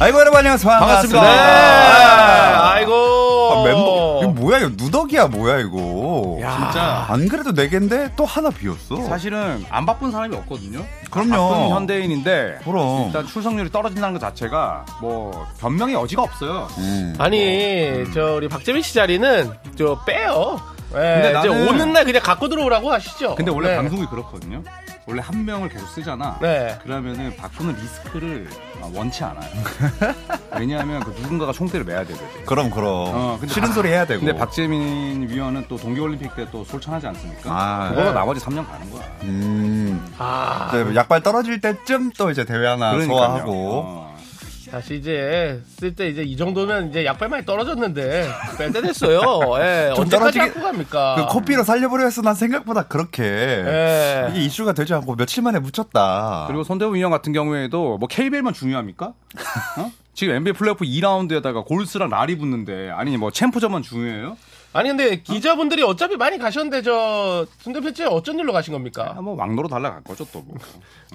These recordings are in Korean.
아이고 여러분 안녕하세요. 반갑습니다. 반갑습니다. 네. 아이고. 아, 멤버 이거 뭐야 이거 누더기야 뭐야 이거. 진짜. 안 그래도 네 개인데 또 하나 비었어. 사실은 안 바쁜 사람이 없거든요. 그럼요. 바쁜 현대인인데 그럼. 일단 출석률이 떨어진다는 것 자체가 뭐 변명의 여지가 없어요. 음. 아니 저 우리 박재민 씨 자리는 저 빼요. 근데 근데 이제 네, 나는- 오는 날 그냥 갖고 들어오라고 하시죠. 근데 원래 네. 방송이 그렇거든요. 원래 한 명을 계속 쓰잖아. 네. 그러면은 바꾸는 리스크를 아, 원치 않아요. 왜냐하면 그 누군가가 총대를 매야 되거든. 그럼 그럼. 어, 근데 싫은 박- 소리 해야 되고. 근데 박재민 위원은 또 동계올림픽 때 또 솔찬하지 않습니까? 아, 그거가 네. 나머지 3년 가는 거야. 음. 아 이제 약발 떨어질 때쯤 또 이제 대회 하나 소화하고. 어. 다시 이제 쓸 때 이제 이 정도면 이제 약발 많이 떨어졌는데 뺄 때 됐어요. 예. 좀 언제까지 떨어지게- 갖고 갑니까? 그 코피로 살려보려 해서 난 생각보다 그렇게 예. 이게 이슈가 되지 않고 며칠 만에 아. 묻혔다. 네. 그리고 손대웅 위원 같은 경우에도 뭐 KBL만 중요합니까? 어? 지금 NBA 플레이오프 2라운드에다가 골스랑 라리 붙는데 아니 뭐 챔프전만 중요해요? 아니 근데 기자분들이 어차피 많이 가셨는데 저 순대표째 어쩐 일로 가신 겁니까? 한번 아, 뭐 왕노로 달라갈 거죠 또 뭐.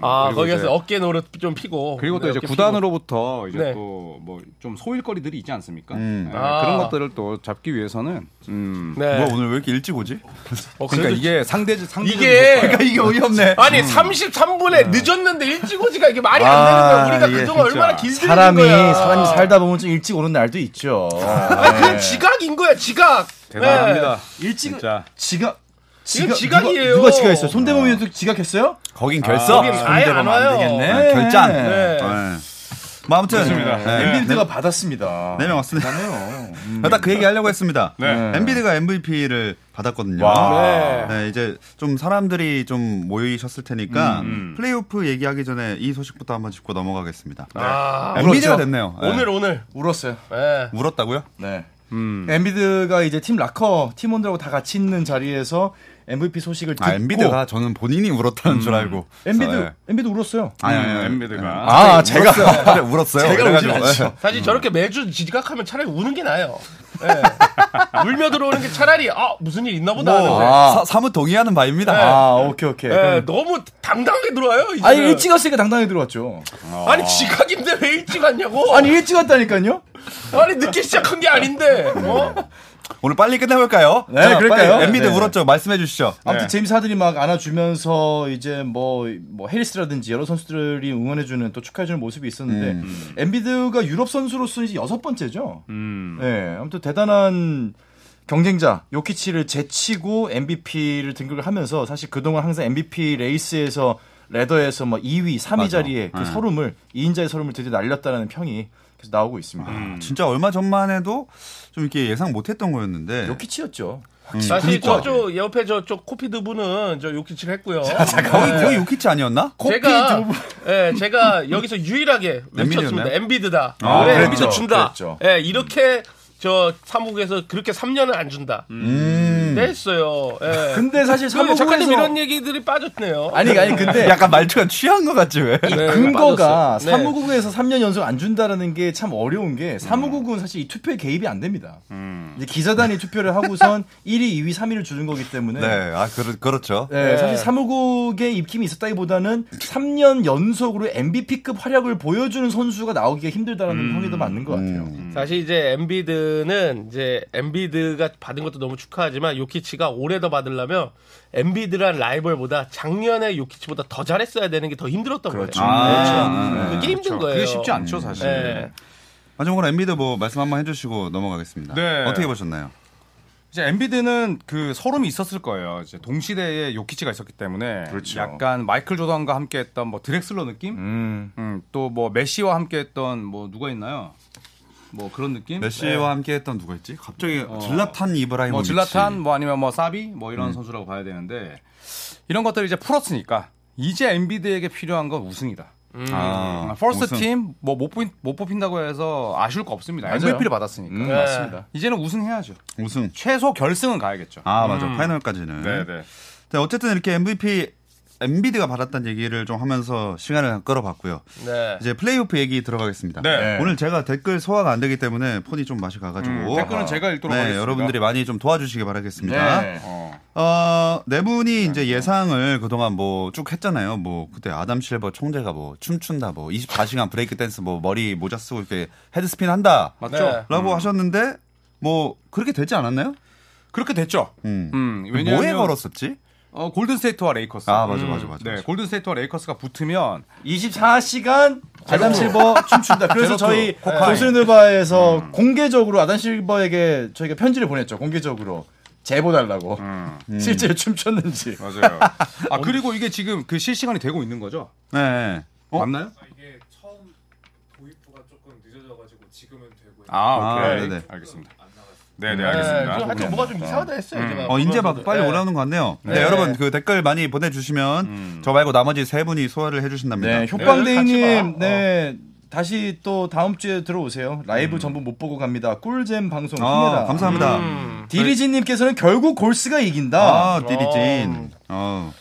어, 아 그리고 거기서 이제- 어깨 노릇 좀 피고 그리고 또 네, 이제 어깨 구단으로부터 이제 네. 또 뭐 좀 소일거리들이 있지 않습니까? 음. 예, 아. 그런 것들을 또 잡기 위해서는 음. 피고. 네. 뭐야 오늘 왜 이렇게 일찍 오지? 어, 그래도 그러니까 이게 상대 상대 이게 그러니까 이게 어이없네. 아니 33분에 늦었는데 일찍 오지가 이게 말이 음. 아, 안 되는 거야. 우리가 예, 진짜. 그동안 얼마나 길들인 사람이 거야. 사람이 살다 네. 보면 좀 일찍 오는 날도 있죠. 아, 그냥 지각인 거야 지각. 대단합니다. 네. 일찍 진짜. 지각 이건 지각이에요. 누가, 누가 지각했어요? 손대범 위원도 지각했어요? 거긴 결석. 거긴 아예 안 와요. 아, 네. 결단. 네. 네. 뭐 아무튼 그렇습니다. 엠비드가 네. 받았습니다. 네명 왔습니다. 네요. 음. 딱 그 얘기 하려고 했습니다. 네. 엔비드가 MVP를 받았거든요. 와. 네, 이제 좀 사람들이 좀 모이셨을 테니까 음. 플레이오프 얘기하기 전에 이 소식부터 한번 짚고 넘어가겠습니다. 아, 엔비드가 네. 울었죠? 됐네요. 네. 오늘 오늘. 울었어요. 예. 울었다고요? 네. 음. 엠비드가 이제 팀 라커 팀원들하고 다 같이 있는 자리에서 MVP 소식을 듣고 아, 엔비드가 저는 본인이 울었다는 줄 알고. 음. 엠비드 네. 엠비드 울었어요. 아니, 아니, 아니. 엠비드가 아, 제가 울었어요. 제가 음. 그래가지고, 울진 않죠. 네. 사실 저렇게 매주 지각하면 차라리 우는 게 나아요. 예. 울며 들어오는 게 차라리 아 무슨 일 있나 보다 하는데. 아. 네. 사, 사뭇 동의하는 바입니다. 아, 오케이 오케이. 예, 그럼- 너무 당당하게 들어와요. 이제는. 아니 일찍 왔으니까 당당히 들어왔죠. 아니 지각인데 왜 일찍 왔냐고. 아니 아니 일찍 왔다니까요. 늦게 시작한 게 아닌데. 어? 오늘 빨리 끝내볼까요? 네, 그럴까요? 빨리 엔비드 네. 울었죠. 말씀해 주시죠. 아무튼 네. 제임스 하들이 막 안아주면서 이제 뭐, 뭐 해리스라든지 여러 선수들이 응원해주는 또 축하해주는 모습이 있었는데 음. 엔비드가 유럽 선수로서 이제 여섯 번째죠. 음. 네, 아무튼 대단한 경쟁자 요키치를 제치고 MVP를 등극을 하면서 사실 그동안 항상 MVP 레이스에서 레더에서 뭐 2위, 3위 자리에 네. 그 서름을 2인자의 서름을 드디어 날렸다는 평이 계속 나오고 있습니다. 음. 진짜 얼마 전만 해도 좀 이렇게 예상 못했던 거였는데. 요키치였죠. 사실 음. 그니까. 저쪽 옆에 저쪽 코피드 분은 저 요키치를 했고요. 거의 거의 요키치 아니었나? 제가 예, 제가 여기서 유일하게 외쳤습니다. 엠비드였나요? 엠비드다. 아, 올해 그랬죠. 엠비드 준다. 그랬죠. 예, 이렇게 저 사무국에서 그렇게 3년을 안 준다. 음. 됐어요. 예. 음. 근데 사실 그 작가님 사무국에서 이런 얘기들이 빠졌네요. 아니 아니 근데 약간 말투가 취한 것 같지 왜? 네, 근거가 빠졌어. 네. 사무국에서 3년 연속 안 준다라는 게 참 어려운 게 사무국은 사실 이 투표에 개입이 안 됩니다. 이제 기자단이 투표를 하고선 1위, 2위, 3위를 주는 거기 때문에 네, 아 그렇 그렇죠. 네, 네. 사실 사무국의 입김이 있었다기보다는 3년 연속으로 MVP급 활약을 보여주는 선수가 나오기가 힘들다라는 평이 더 맞는 것 같아요. 사실 이제 엠비드는 이제 엠비드가 받은 것도 너무 축하하지만 요키치가 올해 더 받으려면 엠비드란 라이벌보다 작년에 요키치보다 더 잘했어야 되는 게 더 힘들었던 그렇죠. 거예요. 음, 아, 그렇죠. 그게 힘든 거예요. 네, 그게 쉽지 않죠 사실. 예. 마지막으로 엔비드 뭐 말씀 한번 해주시고 넘어가겠습니다. 네. 어떻게 보셨나요? 이제 엔비드는 그 서름이 있었을 거예요. 이제 동시대에 요키치가 있었기 때문에 그렇죠. 약간 마이클 조던과 함께했던 뭐 드렉슬러 느낌, 음. 또 뭐 메시와 함께했던 뭐 누가 있나요? 뭐 그런 느낌? 메시와 함께했던 누가 있지? 갑자기 어. 질라탄 이브라히모비치. 뭐 질라탄, 뭐 아니면 뭐 사비, 뭐 이런 선수라고 봐야 되는데 이런 것들을 이제 풀었으니까 이제 엔비드에게 필요한 건 우승이다. 음. 아, 퍼스트 우승. 팀 뭐 못 뽑힌다고 해서 아쉬울 거 없습니다. 맞아요. MVP를 받았으니까. 음, 네. 맞습니다. 이제는 우승해야죠. 우승. 최소 결승은 가야겠죠. 아 맞아 파이널까지는. 네. 네, 어쨌든 이렇게 MVP 엔비드가 받았다는 얘기를 좀 하면서 시간을 끌어봤고요. 네. 이제 플레이오프 얘기 들어가겠습니다. 네. 오늘 제가 댓글 소화가 안 되기 때문에 폰이 좀 맛이 가가지고 음, 댓글은 제가 읽도록 네, 하겠습니다. 여러분들이 많이 좀 도와주시기 바라겠습니다. 네. 어. 어, 어, 네 분이 이제 예상을 그동안 뭐 쭉 했잖아요. 뭐 그때 아담 실버 총재가 뭐 춤춘다, 뭐 24시간 브레이크 댄스, 뭐 머리 모자 쓰고 이렇게 헤드스핀 한다. 맞죠? 네. 라고 하셨는데 뭐 그렇게 되지 않았나요? 그렇게 됐죠. 음. 음, 왜냐면 뭐에 걸었었지? 어, 골든스테이트와 레이커스. 아, 맞아, 맞아, 맞아. 네, 맞아. 골든스테이트와 레이커스가 붙으면 24시간 아담 실버 춤춘다. 그래서 제로투, 저희 코카인. 고스르바에서 공개적으로 아담 실버에게 저희가 편지를 보냈죠. 공개적으로 제보 달라고. 실제로 춤췄는지. 음, 맞아요. 아 그리고 이게 지금 그 실시간이 되고 있는 거죠? 네. 어? 맞나요? 아, 이게 처음 도입부가 조금 늦어져가지고 지금은 되고요. 아, 오케이. 아, 네네. 알겠습니다. 안 나갔어요. 네, 네, 네, 좀 알겠습니다. 하여튼 뭐가 좀 이상하다 했어요. 제가 어, 이제 막 보면서도. 빨리 네. 올라오는 것 같네요. 네, 네. 여러분 그 댓글 많이 보내주시면 저 말고 나머지 세 분이 소화를 해주신답니다. 네, 네, 같이 효빵대이님, 봐. 네. 다시 또 다음 주에 들어오세요. 라이브 전부 못 보고 갑니다. 꿀잼 방송 아, 힘내라. 감사합니다. 음. 디리지님께서는 결국 골스가 이긴다. 아, 디디진. 어.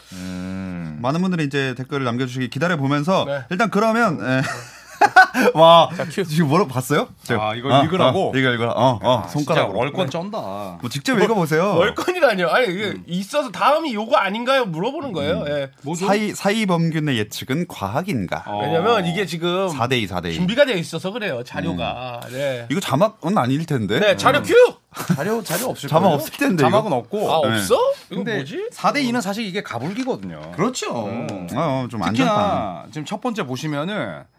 많은 분들이 이제 댓글을 남겨주시기 기다려 보면서 네. 일단 그러면 에. 와 지금 뭐라 봤어요? 아, 이거 읽으라고? 어, 이거 읽으라. 어, 어 아, 진짜 손가락. 월권 쩐다. 뭐 직접 읽어보세요. 월권이라뇨. 아니 이게 있어서 다음이 요거 아닌가요? 물어보는 거예요. 예. 사이 사이 범균의 예측은 과학인가? 어. 왜냐면 이게 지금 4대2 4대2. 아, 준비가 되어 있어서 그래요. 자료가. 네. 이거 자막은 아닐 텐데. 네, 자료 큐. 자료 자료 없을 자막 거예요? 없을 텐데. 자막은 이거? 없고. 아, 네. 없어? 이거 근데 뭐지? 4대 2는 사실 이게 가불기거든요. 그렇죠. 어, 좀 안전판. 특히나 지금 첫 번째 보시면은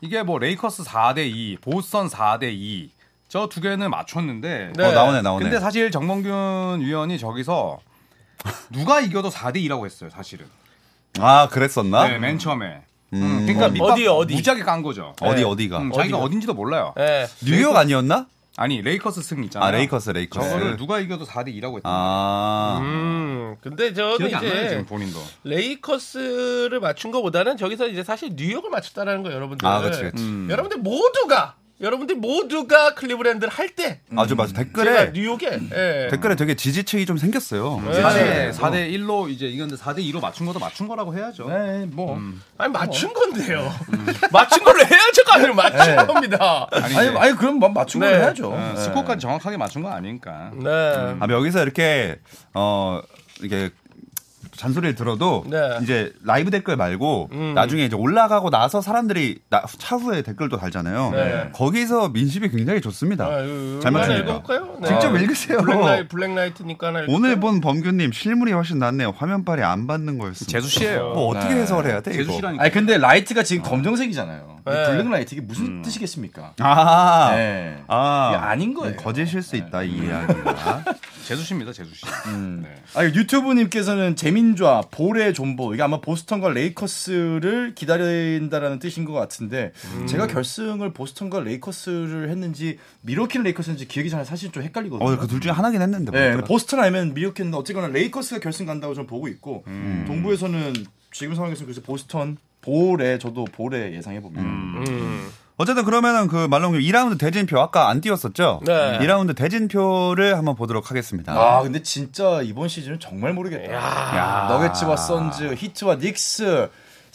이게 뭐 레이커스 4대 2, 보스턴 4대 2. 저 두 개는 맞췄는데 네. 어 나오네 나오네. 근데 사실 정범균 위원이 저기서 누가 이겨도 4대 2라고 했어요, 사실은. 아 그랬었나? 네, 맨 처음에. 음. 음, 그러니까 밑밥 어디, 어디? 무지하게 깐 거죠. 어디 네. 어디가? 음, 자기가 어딘지도 몰라요. 예. 뉴욕 아니었나? 아니 레이커스 승 있잖아요. 아 레이커스 레이커스. 저거를 누가 이겨도 4대 2라고 했던 아 아, 음. 근데 저는 기억이 안 나요 이제 지금 본인도. 레이커스를 맞춘 거보다는 저기서 이제 사실 뉴욕을 맞췄다라는 거 여러분들. 아, 그치, 그치. 음. 여러분들 모두가 여러분들 모두가 클리브랜드를 할 때 음. 아주 맞아 제가 댓글에 뉴욕에 예. 음. 댓글에 되게 지지층이 좀 생겼어요. 음. 네. 4대 4대 1로 이제 이겼는데 4대 2로 맞춘 것도 맞춘 거라고 해야죠. 네, 뭐 아니 어. 맞춘 건데요. 음. 맞춘 걸로 해야죠, 아니 예. 맞춘 네. 겁니다. 아니, 아니, 이제, 아니 그럼 뭐 맞춘 걸 네. 해야죠. 어, 네. 스코어까지 정확하게 맞춘 거 아니니까. 네. 아, 여기서 이렇게 어 이게 잔소리를 들어도 네. 이제 라이브 댓글 말고 음. 나중에 이제 올라가고 나서 사람들이 나- 차후에 댓글도 달잖아요. 네. 거기서 민심이 굉장히 좋습니다. 아유, 잘 하나 맞춥니다. 읽어볼까요? 아, 네. 직접 읽으세요. 블랙라이, 블랙라이트니까 하나 읽을까요? 오늘 본 범규님 실물이 훨씬 낫네요. 화면빨이 안 받는 거였어요. 제수 씨예요. 뭐 어떻게 해석을 해야 돼? 제수 이거? 씨라니까. 음. 아니 근데 라이트가 지금 검정색이잖아요. 이 네. 블랙 라이트 이게 무슨 뜻이겠습니까? 아, 네. 아, 이게 아닌 거예요. 거짓일 수 있다 이 이야기가. 제수 씨입니다, 제수 씨. 네. 아, 유튜브님께서는 재민좌, 볼의 존보 이게 아마 보스턴과 레이커스를 기다린다라는 뜻인 것 같은데 음. 제가 결승을 보스턴과 레이커스를 했는지 미러킨 레이커스인지 기억이 잘 사실 좀 헷갈리거든요. 어, 그 둘 중에 하나긴 했는데. 네, 뭐더라. 보스턴 아니면 미러킨인데 어쨌거나 레이커스가 결승 간다고 저는 보고 있고 음. 동부에서는 지금 상황에서는 글쎄 보스턴 볼에 저도 볼에 예상해 봅니다. 뭐- 음. 어쨌든 그러면은 그 말로는 2라운드 대진표 아까 안 띄웠었죠? 네. 2라운드 대진표를 한번 보도록 하겠습니다. 아 근데 진짜 이번 시즌은 정말 모르겠다. 너겟츠와 선즈, 히트와 닉스,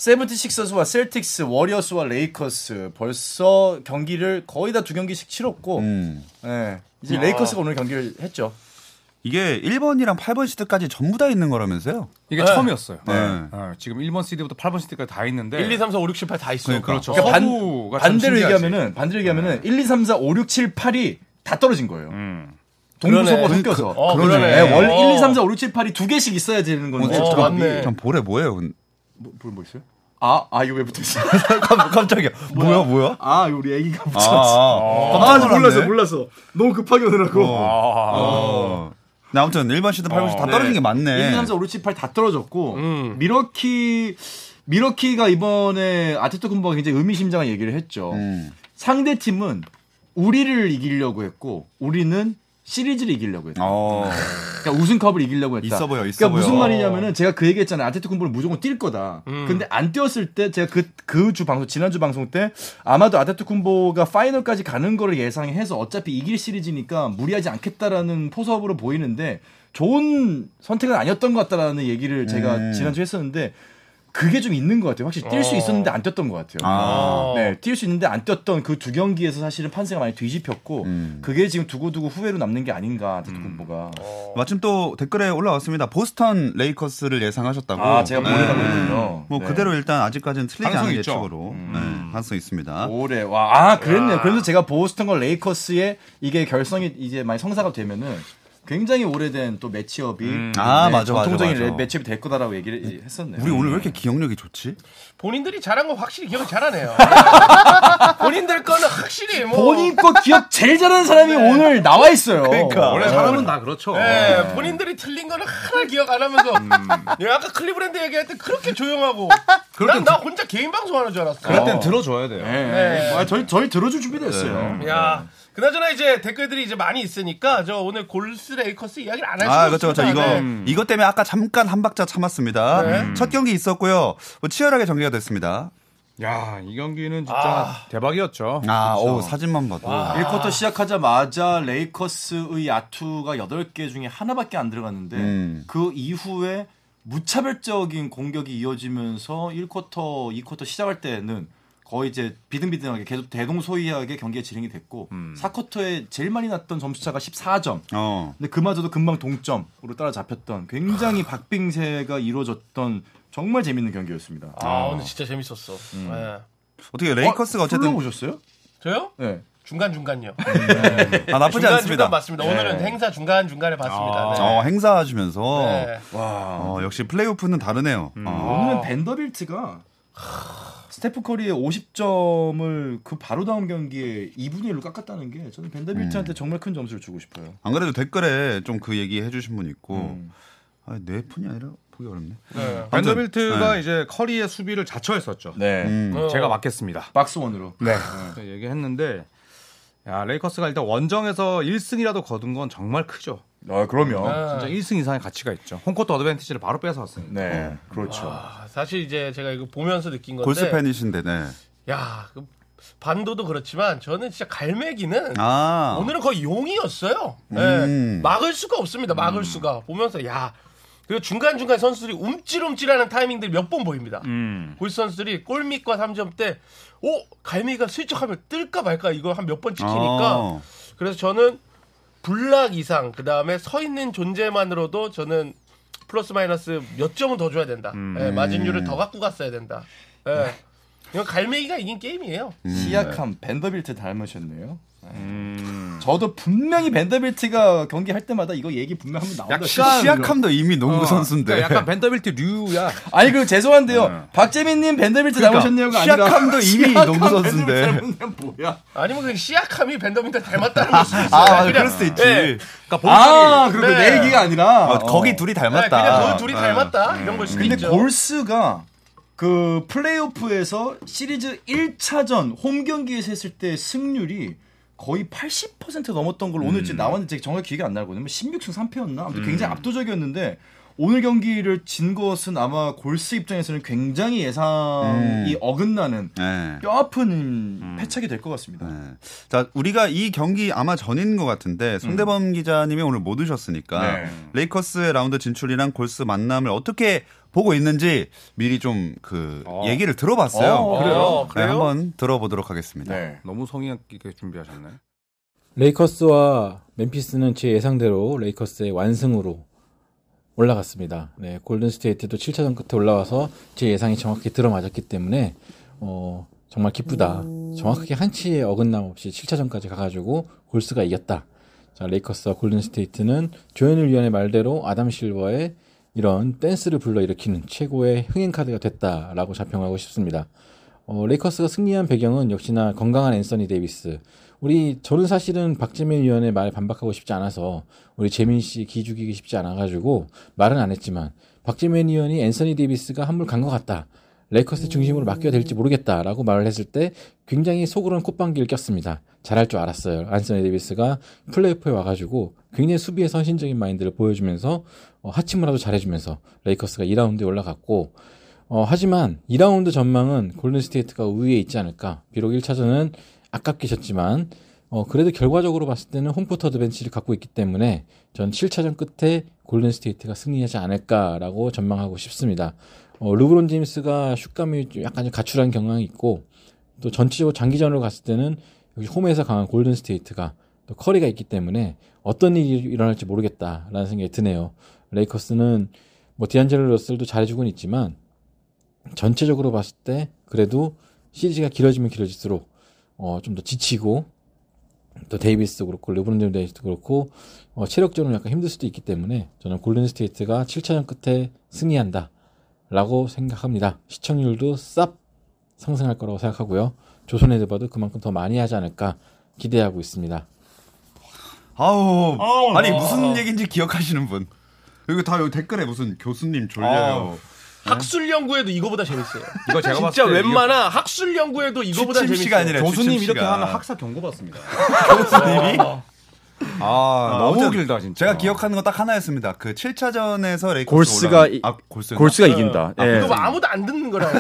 세븐티식서스와 셀틱스, 워리어스와 레이커스 벌써 경기를 거의 다 두 경기씩 치렀고 음. 예. 이제 레이커스가 오늘 경기를 했죠. 이게 1번이랑 8번 시드까지 전부 다 있는 거라면서요? 이게 네. 처음이었어요. 네. 어, 지금 1번 시드부터 8번 시드까지 다 있는데 1, 2, 3, 4, 5, 6, 7, 8 다 있어. 그러니까. 그렇죠. 그러니까 반, 서구가 참 반대로 신기하지. 얘기하면은 반대로 얘기하면은 1, 2, 3, 4, 5, 6, 7, 8이 다 떨어진 거예요. 음. 동부 그러네. 서부 섞여서. 어, 그러네. 예, 그러네. 월 어. 1, 2, 3, 4, 5, 6, 7, 8이 두 개씩 있어야 되는 건데. 어, 잠깐만, 맞네. 전 볼에 뭐예요? 근데? 볼 뭐 있어요? 아, 아, 이거 왜 붙어 있어? 깜- 깜짝이야. 뭐야, 뭐야? 아, 이거 우리 애기가 붙어 아, 있어. 깜짝 아, 놀랐네. 몰랐어, 몰랐어. 너무 급하게 오느라고. 아, 어. 네, 아무튼 1번 시드, 8번 시드 다 떨어진 게 네. 1, 2, 맞네. 3, 4, 5, 6, 7, 8 다 떨어졌고 음. 미러키 미러키가 이번에 아테토쿤보가 굉장히 의미심장한 얘기를 했죠. 음. 상대 팀은 우리를 이기려고 했고 우리는 시리즈를 이기려고 했다. 어. 그러니까 우승컵을 이기려고 했다. 있어 보여, 있어 그러니까 무슨 보여. 음. 말이냐면은 제가 그 얘기했잖아요. 아테토쿤보는 무조건 뛸 거다. 근데 안 뛰었을 때 제가 그 그 주 방송 지난주 방송 때 아마도 아테토쿤보가 파이널까지 가는 거를 예상해서 어차피 이길 시리즈니까 무리하지 않겠다라는 포섭으로 음. 보이는데 좋은 선택은 아니었던 것 같다라는 얘기를 제가 지난주 에 했었는데 그게 좀 있는 것 같아요. 확실히 뛸 수 어. 있었는데 안 뛰었던 것 같아요. 아. 네, 뛸 수 있는데 안 뛰었던 그 두 경기에서 사실은 판세가 많이 뒤집혔고 음. 그게 지금 두고두고 후회로 남는 게 아닌가 대통령보가 마침 또 댓글에 올라왔습니다. 보스턴 레이커스를 예상하셨다고. 아 제가 네. 보내봤거든요. 뭐 네. 그대로 일단 아직까지는 틀리지 가능성이 않은 있죠. 예측으로 네, 가능성 있습니다. 올해 와아 그랬네요. 와. 그래서 제가 보스턴과 레이커스의 이게 결성이 이제 많이 성사가 되면은 굉장히 오래된 또 매치업이 네, 아, 맞아, 맞아, 전통적인 맞아. 레- 매치업이 될 거다라고 얘기를 이- 했었네요. 우리 오늘 왜 이렇게 기억력이 좋지? 본인들이 잘한 거 확실히 기억을 잘하네요. 본인들 거는 확실히 뭐. 어. 본인 거 기억 제일 잘하는 사람이 네. 오늘 나와 있어요. 그러니까. 원래 사람은 다 그렇죠. 예, 음. 본인들이 틀린 거는 하나 기억 안 하면서. 예, 아까 클리브랜드 얘기할 때 그렇게 조용하고. 난, 나 혼자 개인 방송하는 줄 알았어. 그럴 땐 들어줘야 돼요. 네. 네. 아, 저희 저희 들어줄 준비도 네. 했어요. 야, 그나저나 이제 댓글들이 이제 많이 있으니까 저 오늘 골스 레이커스 이야기를 안 할 수가 아, 그렇죠, 그렇죠. 없습니다. 이거, 네. 이것 때문에 아까 잠깐 한 박자 참았습니다. 음. 첫 경기 있었고요. 뭐 치열하게 전개가 됐습니다. 야, 이 경기는 진짜 대박이었죠. 아, 오, 사진만 봐도. 아. 1쿼터 시작하자마자 레이커스의 야투가 8개 중에 하나밖에 안 들어갔는데 음. 그 이후에 무차별적인 공격이 이어지면서 1쿼터, 2쿼터 시작할 때는 거의 이제 비등비등하게 계속 대동소이하게 경기가 진행이 됐고 음. 4쿼터에 제일 많이 났던 점수차가 14점. 어. 근데 그마저도 금방 동점으로 따라잡혔던 아. 굉장히 박빙세가 이루어졌던 정말 재밌는 경기였습니다. 아, 음. 오늘 진짜 재밌었어. 예. 어떻게 레이커스가 솔로 어쨌든 보셨어요? 저요? 네. 중간중간요. 아, 나쁘지 중간 않습니다. 네. 중간 봤습니다. 오늘은 행사 중간 중간에 봤습니다. 어, 행사 주면서 네. 네. 어, 역시 플레이오프는 다르네요. 어. 오늘은 벤더빌트가 스테프 커리의 50점을 그 바로 다음 경기에 2분의 1로 깎았다는 게 저는 벤더빌트한테 정말 큰 점수를 주고 싶어요. 음. 안 그래도 댓글에 좀 그 얘기 해주신 분 있고 아, 내 폰이 아니라 보기 어렵네. 네. 벤더빌트가 이제 커리의 수비를 자처했었죠. 음. 네. 어. 제가 맡겠습니다. 박스 원으로. 네. 얘기했는데 야, 레이커스가 일단 원정에서 1승이라도 거둔 건 정말 크죠. 아, 어. 그러면. 진짜 네. 1승 이상의 가치가 있죠. 홈코트 어드밴티지를 바로 뺏어왔으니까. 네. 그렇죠. 아, 사실 이제 제가 이거 보면서 느낀 건데 골스 팬이신데, 네. 야, 그 반도도 그렇지만 저는 진짜 갈매기는 아. 오늘은 거의 용이었어요. 예. 음. 막을 수가 없습니다. 막을 수가 보면서 야. 그리고 중간중간 선수들이 움찔움찔하는 타이밍들이 몇 번 보입니다. 음. 골스 선수들이 골밑과 3점 때, 오! 갈매기가 슬쩍하면 뜰까 말까 이걸 한 몇 번 찍히니까 어. 그래서 저는 불락 이상 그 다음에 서 있는 존재만으로도 저는 플러스 마이너스 몇 점은 더 줘야 된다. 예, 마진율을 더 갖고 갔어야 된다. 예. 이건 갈매기가 이긴 게임이에요. 시약함 벤더빌트 닮으셨네요. 저도 분명히 벤더빌트가 경기할 때마다 이거 얘기 분명 한번 나온다. 약간- 싶어요. 시약함도 이미 농구 선수인데. 그러니까 약간 벤더빌트 류야. 아니 그리고 죄송한데요. 박재민님 벤더빌트 닮으셨네요가 아니라 시약함도 이미 농구 선수인데. 닮으면 뭐야? 아니면 그냥 시약함이 벤더민트 닮았다는 걸 수도 있어요. 아, 맞아. 그냥, 그럴 수도 있지. 예. 그러니까 본인이 아, 그리고 네. 내 얘기가 아니라 어, 거기 둘이 예, 닮았다. 그냥 그 둘이 예. 닮았다 이런 걸 수도 근데 있죠. 골스가 그 플레이오프에서 시리즈 1차전 홈 경기에서 했을 때 승률이 거의 80% 넘었던 걸 오늘 지금 나왔는데 제가 정확히 기억이 안 나거든요. 16승 3패였나? 아무튼 굉장히 압도적이었는데 오늘 경기를 진 것은 아마 골스 입장에서는 굉장히 예상이 어긋나는 예. 뼈아픈 음. 패착이 될 것 같습니다. 네. 자, 우리가 이 경기 아마 전인 것 같은데 손대범 기자님이 오늘 못 오셨으니까 네. 레이커스의 라운드 진출이랑 골스 만남을 어떻게 보고 있는지 미리 좀 그 얘기를 들어봤어요. 어, 그래요? 어, 네, 그래요? 한번 들어보도록 하겠습니다. 네. 너무 성의 있게 준비하셨네. 레이커스와 멤피스는 제 예상대로 레이커스의 완승으로 올라갔습니다. 네, 골든스테이트도 7차전 끝에 올라와서 제 예상이 정확히 들어맞았기 때문에 어, 정말 기쁘다. 정확하게 한치의 어긋남 없이 7차전까지 가가지고 골스가 이겼다. 자, 레이커스와 골든스테이트는 조현일 위원의 말대로 아담 실버의 이런 댄스를 불러일으키는 최고의 흥행 카드가 됐다라고 자평하고 싶습니다. 어, 레이커스가 승리한 배경은 역시나 건강한 앤서니 데이비스. 우리 저는 사실은 박재민 위원의 말에 반박하고 싶지 않아서 우리 재민 씨 기죽이기 쉽지 않아가지고 말은 안 했지만 박재민 위원이 앤서니 데이비스가 한물 간 것 같다. 레이커스 중심으로 맡겨야 될지 모르겠다라고 말을 했을 때 굉장히 속으로는 콧방귀를 꼈습니다. 잘할 줄 알았어요. 앤서니 데이비스가 플레이오프에 와가지고 굉장히 수비에 선신적인 마인드를 보여주면서 어, 하침을라도 잘해주면서 레이커스가 2라운드에 올라갔고 어, 하지만 2라운드 전망은 골든스테이트가 우위에 있지 않을까. 비록 1차전은 아깝게 졌지만 어, 그래도 결과적으로 봤을 때는 홈포터 드벤치를 갖고 있기 때문에 전 7차전 끝에 골든스테이트가 승리하지 않을까라고 전망하고 싶습니다. 어, 르브론 제임스가 슛감이 좀 약간 좀 가출한 경향이 있고 또 전체적으로 장기전으로 갔을 때는 여기 홈에서 강한 골든스테이트가 또 커리가 있기 때문에 어떤 일이 일어날지 모르겠다라는 생각이 드네요. 레이커스는 뭐 디안젤로 러셀도 잘해주고는 있지만 전체적으로 봤을 때 그래도 시리즈가 길어지면 길어질수록 어, 좀 더 지치고 또 데이비스도 그렇고 르브론 제임스도 그렇고 어, 체력적으로 약간 힘들 수도 있기 때문에 저는 골든 스테이트가 7차전 끝에 승리한다라고 생각합니다. 시청률도 쌉 상승할 거라고 생각하고요. 조선 에드버도 그만큼 더 많이 하지 않을까 기대하고 있습니다. 아우, 아우, 아니 아. 무슨 얘기인지 기억하시는 분. 여기 다 여기 댓글에 무슨 교수님 졸려요. 학술 연구에도 이거보다 재밌어요. 이거 네, 제가 봤을 진짜 때 웬만한 학술 연구에도 이거보다 취침 재밌어요. 시간이래. 교수님 주침 이렇게 씨가. 하면 학사 경고 받습니다. 교수님이 아, 아, 너무 아무튼 길다 진짜. 제가 기억하는 건 딱 하나였습니다. 그 7차전에서 레이커스 골스가 올라간- 이- 아, 골스. 골스가 이긴다. 아, 예. 이거 뭐 아무도 안 듣는 거라고.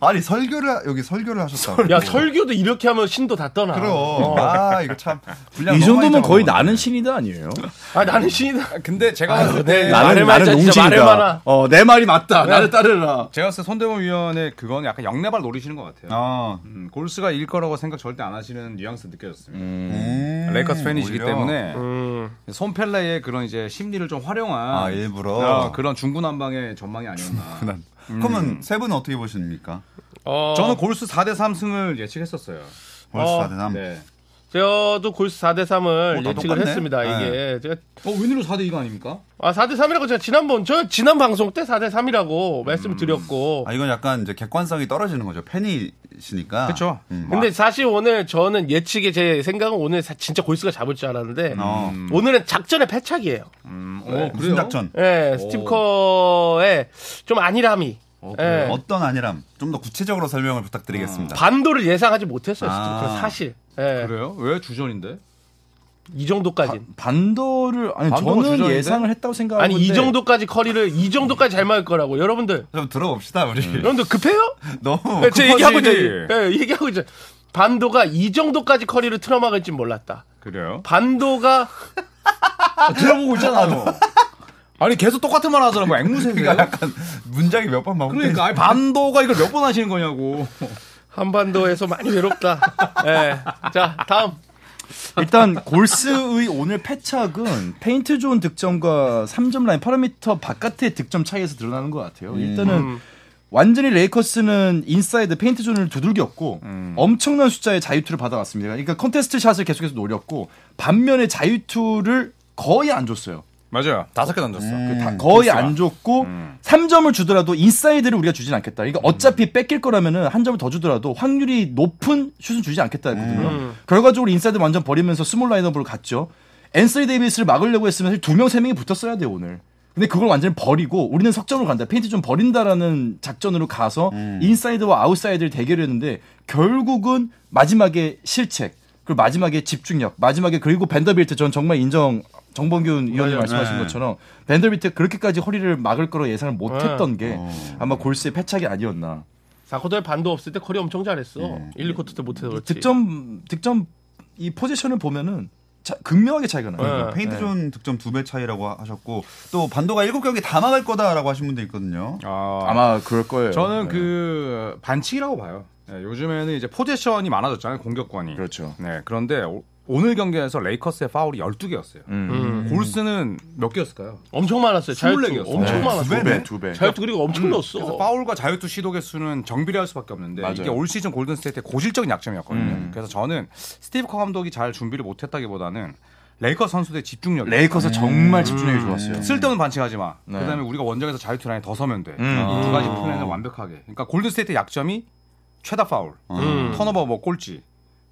아니 설교를 여기 설교를 하셨다고. 야 설교도 이렇게 하면 신도 다 떠나. 그럼. 어. 아, 이거 참 분량 이 너무 정도면 많이 거의 잡아먹었네. 나는 신이다 아니에요? 아 나는 신이다. 근데 아, 제가 봤을 네. 때 말을 나는 많자, 나는 진짜 말을 많아. 농신이다. 어, 내 말이 맞다. 나를 따르라. 제가 봤을 때 손대범 위원의 그건 약간 영내발 노리시는 것 같아요. 어. 음, 골스가 일 거라고 생각 절대 안 하시는 뉘앙스 느껴졌습니다. 음, 레이커스 팬이시기 오히려. 때문에 음. 손펠레의 그런 이제 심리를 좀 활용한 아, 일부러. 어, 그런 중구난방의 전망이 아니었나. 난- 그러면 세 분은 어떻게 보십니까? 어, 저는 골스 4대 3승을 예측했었어요. 골스 어, 4대 3. 네. 저도 골스 4대 3을 어, 다 예측을 똑같네. 했습니다. 이게 제가 어, 웬일로 4대 2가 아닙니까? 아 4대 3이라고 제가 지난번 저 지난 방송 때 4대 3이라고 말씀드렸고 음. 아, 이건 약간 이제 객관성이 떨어지는 거죠. 팬이시니까. 그쵸. 음. 근데 사실 오늘 저는 예측의 제 생각은 오늘 사- 진짜 골스가 잡을 줄 알았는데 어. 오늘은 작전의 패착이에요. 음, 어, 무슨 그래요? 작전? 예, 스팀커의 좀 안일함이 예, 어떤 아니람 좀 더 구체적으로 설명을 어. 부탁드리겠습니다. 반도를 예상하지 못했어요. 아. 스팀커 사실. 예, 그래요? 왜 주전인데? 이 정도까진. 반도를 아니 반도가 저는 주전인데? 예상을 했다고 생각하는데 아니 이 정도까지 커리를 이 정도까지 잘 맞을 거라고 여러분들. 좀 들어봅시다 우리. 여러분들 급해요? 너무 예, 제 급하지. 얘기하고 이제 예, 얘기하고 이제 반도가 이 정도까지 커리를 틀어막을 줄 몰랐다. 그래요? 반도가 들어보고 있잖아, 너. 아니, 계속 똑같은 말 하잖아. 뭐, 앵무새세요? 그러니까 약간 문장이 몇 번만 그러니까, 아니, 반도가 이걸 몇 번 하시는 거냐고. 한반도에서 많이 외롭다. 예. 자, 다음. 일단 골스의 오늘 패착은 페인트 존 득점과 3점 라인 파라미터 바깥의 득점 차이에서 드러나는 것 같아요. 일단은 완전히 레이커스는 인사이드 페인트 존을 두들겼고 엄청난 숫자의 자유투를 받아왔습니다. 그러니까 컨테스트 샷을 계속해서 노렸고 반면에 자유투를 거의 안 줬어요. 맞아요. 다섯 개 던졌어. 그 음. 다- 거의 안 줬고 3점을 주더라도 인사이드를 우리가 주진 않겠다. 그러니까 어차피 뺏길 거라면은 한 점을 더 주더라도 확률이 높은 슛은 주지 않겠다 했거든요. 결과적으로 인사이드 완전 버리면서 스몰 라인업으로 갔죠. 앤서니 데이비스를 막으려고 했으면 사실 두 명, 세 명이 붙었어야 돼요, 오늘. 근데 그걸 완전히 버리고 우리는 석점으로 간다. 페인트 좀 버린다라는 작전으로 가서 인사이드와 아웃사이드를 대결했는데 결국은 마지막에 실책. 그리고 마지막에 집중력, 마지막에 그리고 벤더빌트 전 정말 인정 정범균 위원님 말씀하신 네. 것처럼 벤더빌트 그렇게까지 허리를 막을 거로 예상을 못했던 게 아마 골스의 패착이 아니었나. 사코도의 반도 없을 때 커리 엄청 잘했어. 1, 2쿼터 때 못해서 그렇지. 득점 득점 이 포지션을 보면은 자, 극명하게 차이가 나요. 네. 페인트존 득점 두 배 차이라고 하셨고 또 반도가 일곱 경기 다 막을 거다라고 하신 분도 있거든요. 아, 아마 그럴 거예요. 저는 네. 그 반칙이라고 봐요. 네, 요즘에는 이제 포지션이 많아졌잖아요, 공격권이. 그렇죠. 네, 그런데 오, 늘 경기에서 레이커스의 파울이 12개였어요. 음. 음. 음. 골스는 몇 개였을까요? 엄청 많았어요. 자유투 24 개였어. 엄청 네, 많았어. 두 배네. 두 배. 자유투 그리고 엄청 그래서 넣었어. 파울과 자유투 시도 개수는 정비례할 수밖에 없는데 맞아요. 음. 이게 올 시즌 골든 스테이트의 고질적인 약점이었거든요. 그래서 저는 스티브 커 감독이 잘 준비를 못했다기보다는 레이커 선수들의 집중력. 레이커스 정말 집중력이 좋았어요. 쓸데없는 반칙하지 마. 네. 그다음에 우리가 원정에서 자유투 라인 더 서면 돼. 음. 이 두 가지 플랜을 완벽하게. 그러니까 골든 스테이트 의 약점이 최다 파울, 어. 음. 턴오버 뭐 꼴찌,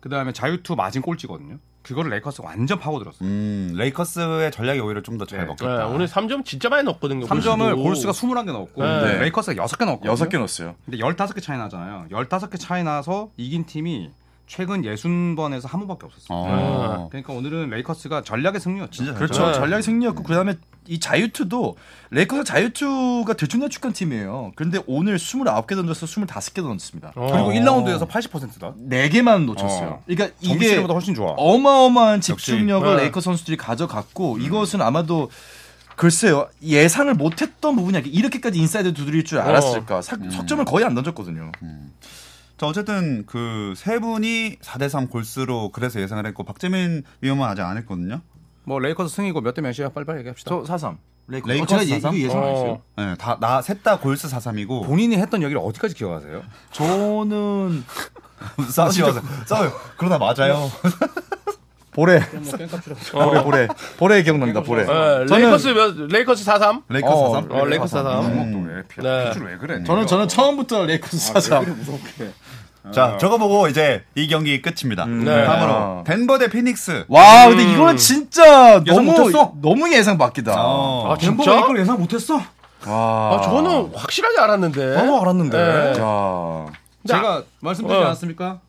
그다음에 자유투 마진 꼴찌거든요. 그거를 레이커스가 완전 파고들었어요. 음, 레이커스의 전략이 오히려 좀 더 잘 네. 네, 먹혔다. 오늘 3점 진짜 많이 넣었거든요. 3점을 음. 골스도. 골스가 21개 넣었고 네. 레이커스가 6개 넣었고 여섯 개 넣었어요. 근데 15개 차이 나잖아요. 15개 차이 나서 이긴 팀이 최근 60번에서 한 번밖에 없었어요. 네. 어. 그러니까 오늘은 레이커스가 전략의 승리였죠. 진짜 잘 그렇죠. 쳐요. 전략이 승리였고 그다음에 이 자유투도 레이커스 자유투가 들쭉날쭉한 팀이에요. 그런데 오늘 29개 던져서 25개 던졌습니다. 그리고 1라운드에서 80%다. 4개만 놓쳤어요. 어. 그러니까 이게 정규시리보다 훨씬 좋아. 어마어마한 집중력을 역시. 네. 레이커 선수들이 가져갔고 이것은 아마도 글쎄요 예상을 못했던 부분이 아니 이렇게까지 인사이드 두드릴 줄 알았을까 사- 석점을 거의 안 던졌거든요. 자, 어쨌든 그 세 분이 4대3 골스로 그래서 예상을 했고 박재민 위원만 아직 안 했거든요. 뭐 레이커스 승이고 몇 대 몇이야? 빨리빨리 얘기합시다. 저 사삼 레이커 레이커스 제가 예, 사삼? 이거 예상 안 했어요. 네, 다, 나, 셋 다 골스 4-3이고. 본인이 했던 얘기를 어디까지 기억하세요? 저는 싸우시면서. 싸워요. 어. 그러다 맞아요. 보레 보레 보레 보레 기억납니다 보레. 예, 저는- 레이커스 몇, 레이커스 4-3. 레이커스 어, 4-3. 어, 레이커스 4-3. 음. 네. 왜 그래? 저는 저는 처음부터 레이커 사삼. 자, 저거 보고 이제 이 경기 끝입니다. 네. 어. 다음으로 아. 덴버 대 피닉스. 와 근데 이거는 진짜 예상 너무 못했어? 너무 예상 밖이다. 어. 아, 진짜? 예상 못했어? 와. 아, 저는 확실하게 알았는데. 너무 알았는데. 네. 야. 제가 말씀드리지 어. 않았습니까?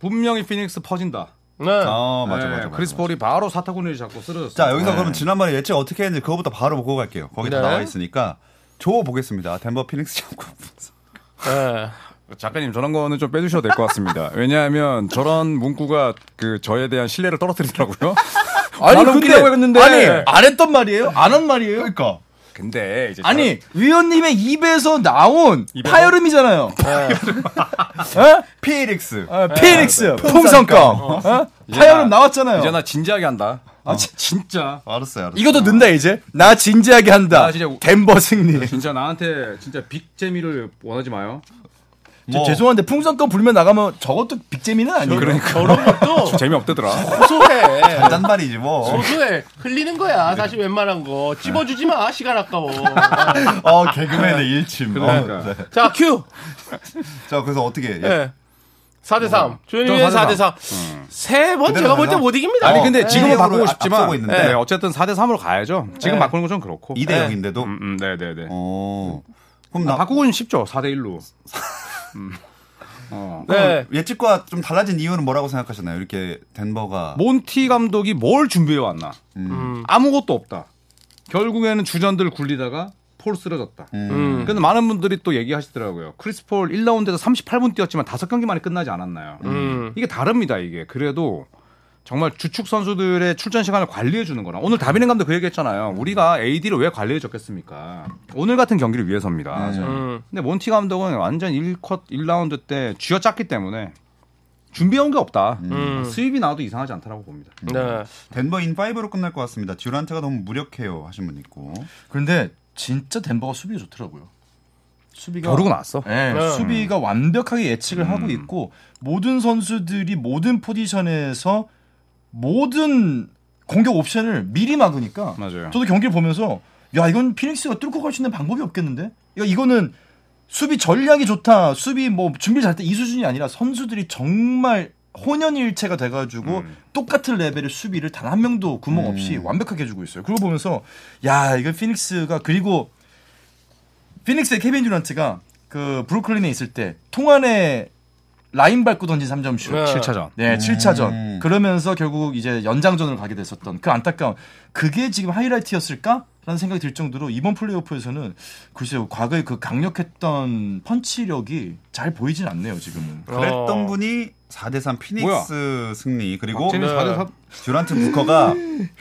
분명히 피닉스 퍼진다. 네. 그렇죠. 어, 맞아, 네, 맞아. 맞아, 크리스 맞아. 볼이 바로 사타구니를 잡고 쓰러졌어. 자, 여기서 그럼 지난번에 예측 어떻게 했는지 그거부터 바로 보고 갈게요. 거기 다 네. 나와 있으니까. 조 보겠습니다. 덴버 피닉스 잡고. 예. 작가님 저런 거는 좀 빼주셔도 될 것 같습니다. 왜냐하면 저런 문구가 그 저에 대한 신뢰를 떨어뜨리더라고요. 아니 나는 근데 웃기려고 했는데. 아니 안 했단 말이에요? 안 한 말이에요? 그러니까. 근데 이제 아니 위원님의 입에서 어. 나온 파열음이잖아요. 피닉스. 어, 피닉스 풍선껌 어? 파열음 나왔잖아요. 이제 나 진지하게 한다. 아 진짜. 알았어요, 알았어요. 이것도 는다 이제. 나 진지하게 한다. 나 진짜- 덴버 승리. 진짜 나한테 진짜 빅 재미를 원하지 마요. 뭐. 저- 죄송한데 풍선껌 불면 나가면 저것도 빅재미는 아니에요. 저런 것도 재미 없대더라. 소소해. 잔잔발이지 뭐. 소소해. 흘리는 거야. 사실 웬만한 거. 찝어주지 마. 시간 아까워. 어, 네. 개그맨의 일침. 어, 네. 자, 큐. 자, 그래서 어떻게. 예. 예. 4대3. 조현일 저 위원 4대 4대3. 세 번 그대로 제가 볼 가자. 때 못 이깁니다. 아니 어, 근데 지금은 네. 바꾸고 앞- 싶지만 앞서고 있는데. 네, 어쨌든 4대 3으로 가야죠. 지금 바꾸는 건 좀 그렇고. 2대 0인데도. 네. 음, 음, 네, 네, 네. 어. 그럼 나 아, 바꾸고는 쉽죠. 4대 1로. 네. 그 예측과 좀 달라진 이유는 뭐라고 생각하셨나요? 이렇게 덴버가 뭐? 몬티 감독이 뭘 준비해 왔나? 음. 아무것도 없다. 결국에는 주전들 굴리다가 폴 쓰러졌다. 음. 근데 많은 분들이 또 얘기하시더라고요. 크리스 폴 1라운드에서 38분 뛰었지만 다섯 경기 만에 끝나지 않았나요? 음. 이게 다릅니다, 이게. 그래도 정말 주축 선수들의 출전 시간을 관리해 주는 거랑 오늘 다비넨 감독 그 얘기했잖아요. 우리가 AD를 왜 관리해 줬겠습니까? 오늘 같은 경기를 위해서입니다. 음. 근데 몬티 감독은 완전 1컷 1라운드 때 쥐어짰기 때문에 준비해온 게 없다. 음. 수입이 나와도 이상하지 않다라고 봅니다. 네. 덴버 인 5로 끝날 것 같습니다. 듀란트가 너무 무력해요 하신 분 있고. 근데 진짜 덴버가 수비가 좋더라고요. 수비가 겨루고 나왔어. 예, 네. 수비가 완벽하게 예측을 하고 음. 있고 모든 선수들이 모든 포지션에서 모든 공격 옵션을 미리 막으니까 맞아요. 저도 경기를 보면서 야 이건 피닉스가 뚫고 갈 수 있는 방법이 없겠는데 야, 이거는 수비 전략이 좋다 수비 뭐 준비 를 잘했다 이 수준이 아니라 선수들이 정말 혼연일체가 돼가지고 음. 똑같은 레벨의 수비를 단 한 명도 구멍 없이 완벽하게 해주고 있어요. 그걸 보면서 야 이건 피닉스가 그리고 피닉스의 케빈 듀란트가 그 브루클린에 있을 때 통안에 라인 밟고 던진 3점 슛. 네. 7차전. 네, 7차전. 음. 그러면서 결국 이제 연장전으로 가게 됐었던 그 안타까움. 그게 지금 하이라이트였을까? 라는 생각이 들 정도로 이번 플레이오프에서는 글쎄요, 과거에 그 강력했던 펀치력이 잘 보이진 않네요, 지금은. 그랬던 어. 분이 4대3 피닉스 승리 그리고 박재민 네. 4대 3. 듀란트 부커가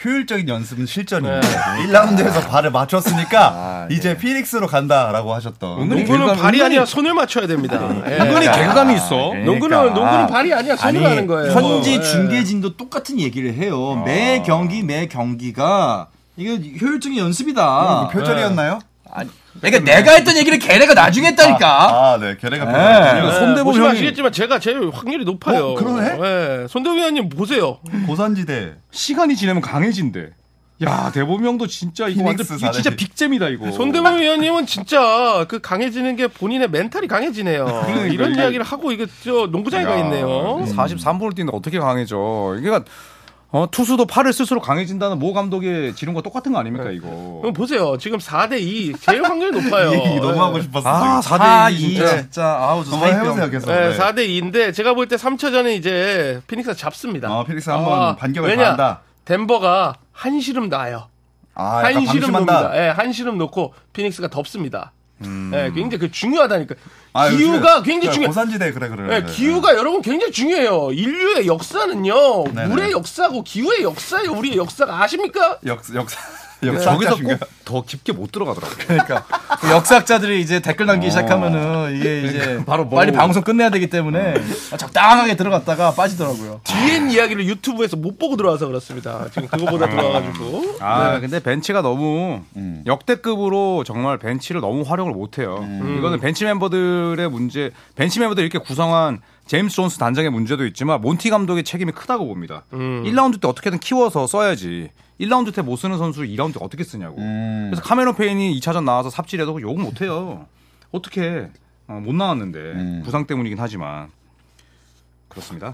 효율적인 연습은 실전입니다. 네. 1라운드에서 발을 맞췄으니까 이제 피닉스로 간다라고 하셨던. 은근히 농구는 개그감- 발이 은근히- 아니라 손을 맞춰야 됩니다. 예. 은근히 그러니까. 개그감이 있어. 농구는 농구는 발이 아니야 손으로 하는 거예요. 현지 예. 중계진도 똑같은 얘기를 해요. 매 경기 매 경기가 이게 효율적인 연습이다. 그러니까 그 표절이었나요? 아니, 그러니까 내가 했던 얘기를 걔네가 나중에 했다니까. 아, 네. 결례가 네. 표절이었네요. 예, 손대범 보시면 형이- 아시겠지만 제가 제일 확률이 높아요. 어, 그러네? 예. 손대범 위원님 보세요. 고산지대. 시간이 지나면 강해진대. 야, 대범이 형도 진짜 이거 완전 피닉스 이거 진짜 사대- 빅잼이다 이거. 어. 손대범 위원님은 진짜 그 강해지는 게 본인의 멘탈이 강해지네요. 이런 이게- 음. 음. 이야기를 하고 이게 저 농구장에 가 있네요. 43분을 뛰는데 어떻게 강해져? 그러니까 어, 투수도 팔을 스스로 강해진다는 모 감독의 지른과 똑같은 거 아닙니까 네. 이거? 그럼 보세요. 지금 4대 2 제일 확률이 이 높아요. 얘기 너무 네. 하고 싶었어. 아, 지금. 4대 2 진짜. 아우 저 한번 해보세요 사이병. 계속. 네, 네. 4대 2인데 제가 볼 때 3차전에 이제 피닉스 잡습니다. 어, 피닉스 한번 아, 반격을 왜냐? 가한다. 덴버가 한 시름 나요. 아, 약간 한 시름 방심한다. 음. 놓는다. 예, 한 시름 놓고 피닉스가 덥습니다. 예, 굉장히 그 중요하다니까. 아, 요즘에 예, 기후가 굉장히 그래, 중요. 고산지대 그래 그래. 예, 그래. 기후가 여러분 굉장히 중요해요. 인류의 역사는요, 네네. 물의 역사고 기후의 역사예요. 우리의 역사가 아십니까? 역 역사 역사 저기서 꼭 더 깊게 못 들어가더라고요. 그러니까 그 역사학자들이 이제 댓글 남기기 시작하면은 이게 이제 바로 뭐- 빨리 방송 끝내야 되기 때문에 적당하게 들어갔다가 빠지더라고요. 뒤엔 이야기를 유튜브에서 못 보고 들어와서 그렇습니다. 지금 그거보다 들어와가지고. 네. 아, 근데 벤치가 너무 음. 역대급으로 정말 벤치를 너무 활용을 못해요. 음. 이거는 벤치 멤버들의 문제, 벤치 멤버들 이렇게 구성한 제임스 존스 단장의 문제도 있지만 몬티 감독의 책임이 크다고 봅니다. 1라운드 때 어떻게든 키워서 써야지. 1라운드 때 못 쓰는 선수 2라운드 때 어떻게 쓰냐고. 음. 그래서 카메론 페인이 2차전 나와서 삽질해도 욕은 못해요. 어떻게 못 나왔는데 음. 부상 때문이긴 하지만 그렇습니다.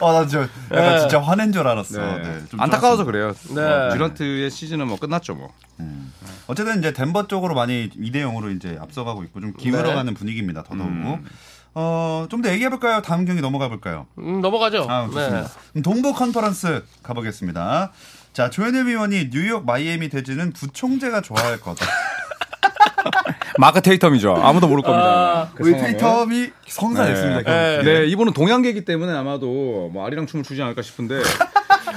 어, 아나저 예. 약간 진짜 화낸 줄 알았어. 네. 네, 좀 안타까워서 쫄았습니다. 그래요. 뭐, 네. 듀란트의 시즌은 뭐 끝났죠 뭐. 어쨌든 이제 덴버 쪽으로 많이 2대 0으로 이제 앞서가고 있고 좀 기울어가는 네. 분위기입니다. 더더욱. 어, 좀 더 얘기해 볼까요? 다음 경기 넘어가 볼까요? 음, 넘어가죠. 아, 좋습니다. 네. 그럼 동부 컨퍼런스 가보겠습니다. 자, 조현일 위원이 뉴욕 마이애미 대지는 부총재가 좋아할 거다. 마크 테이텀이죠. 아무도 모를 겁니다. 그 우리 상황은. 테이텀이 성사했습니다. 네. 네, 이분은 동양계이기 때문에 아마도 뭐 아리랑 춤을 추지 않을까 싶은데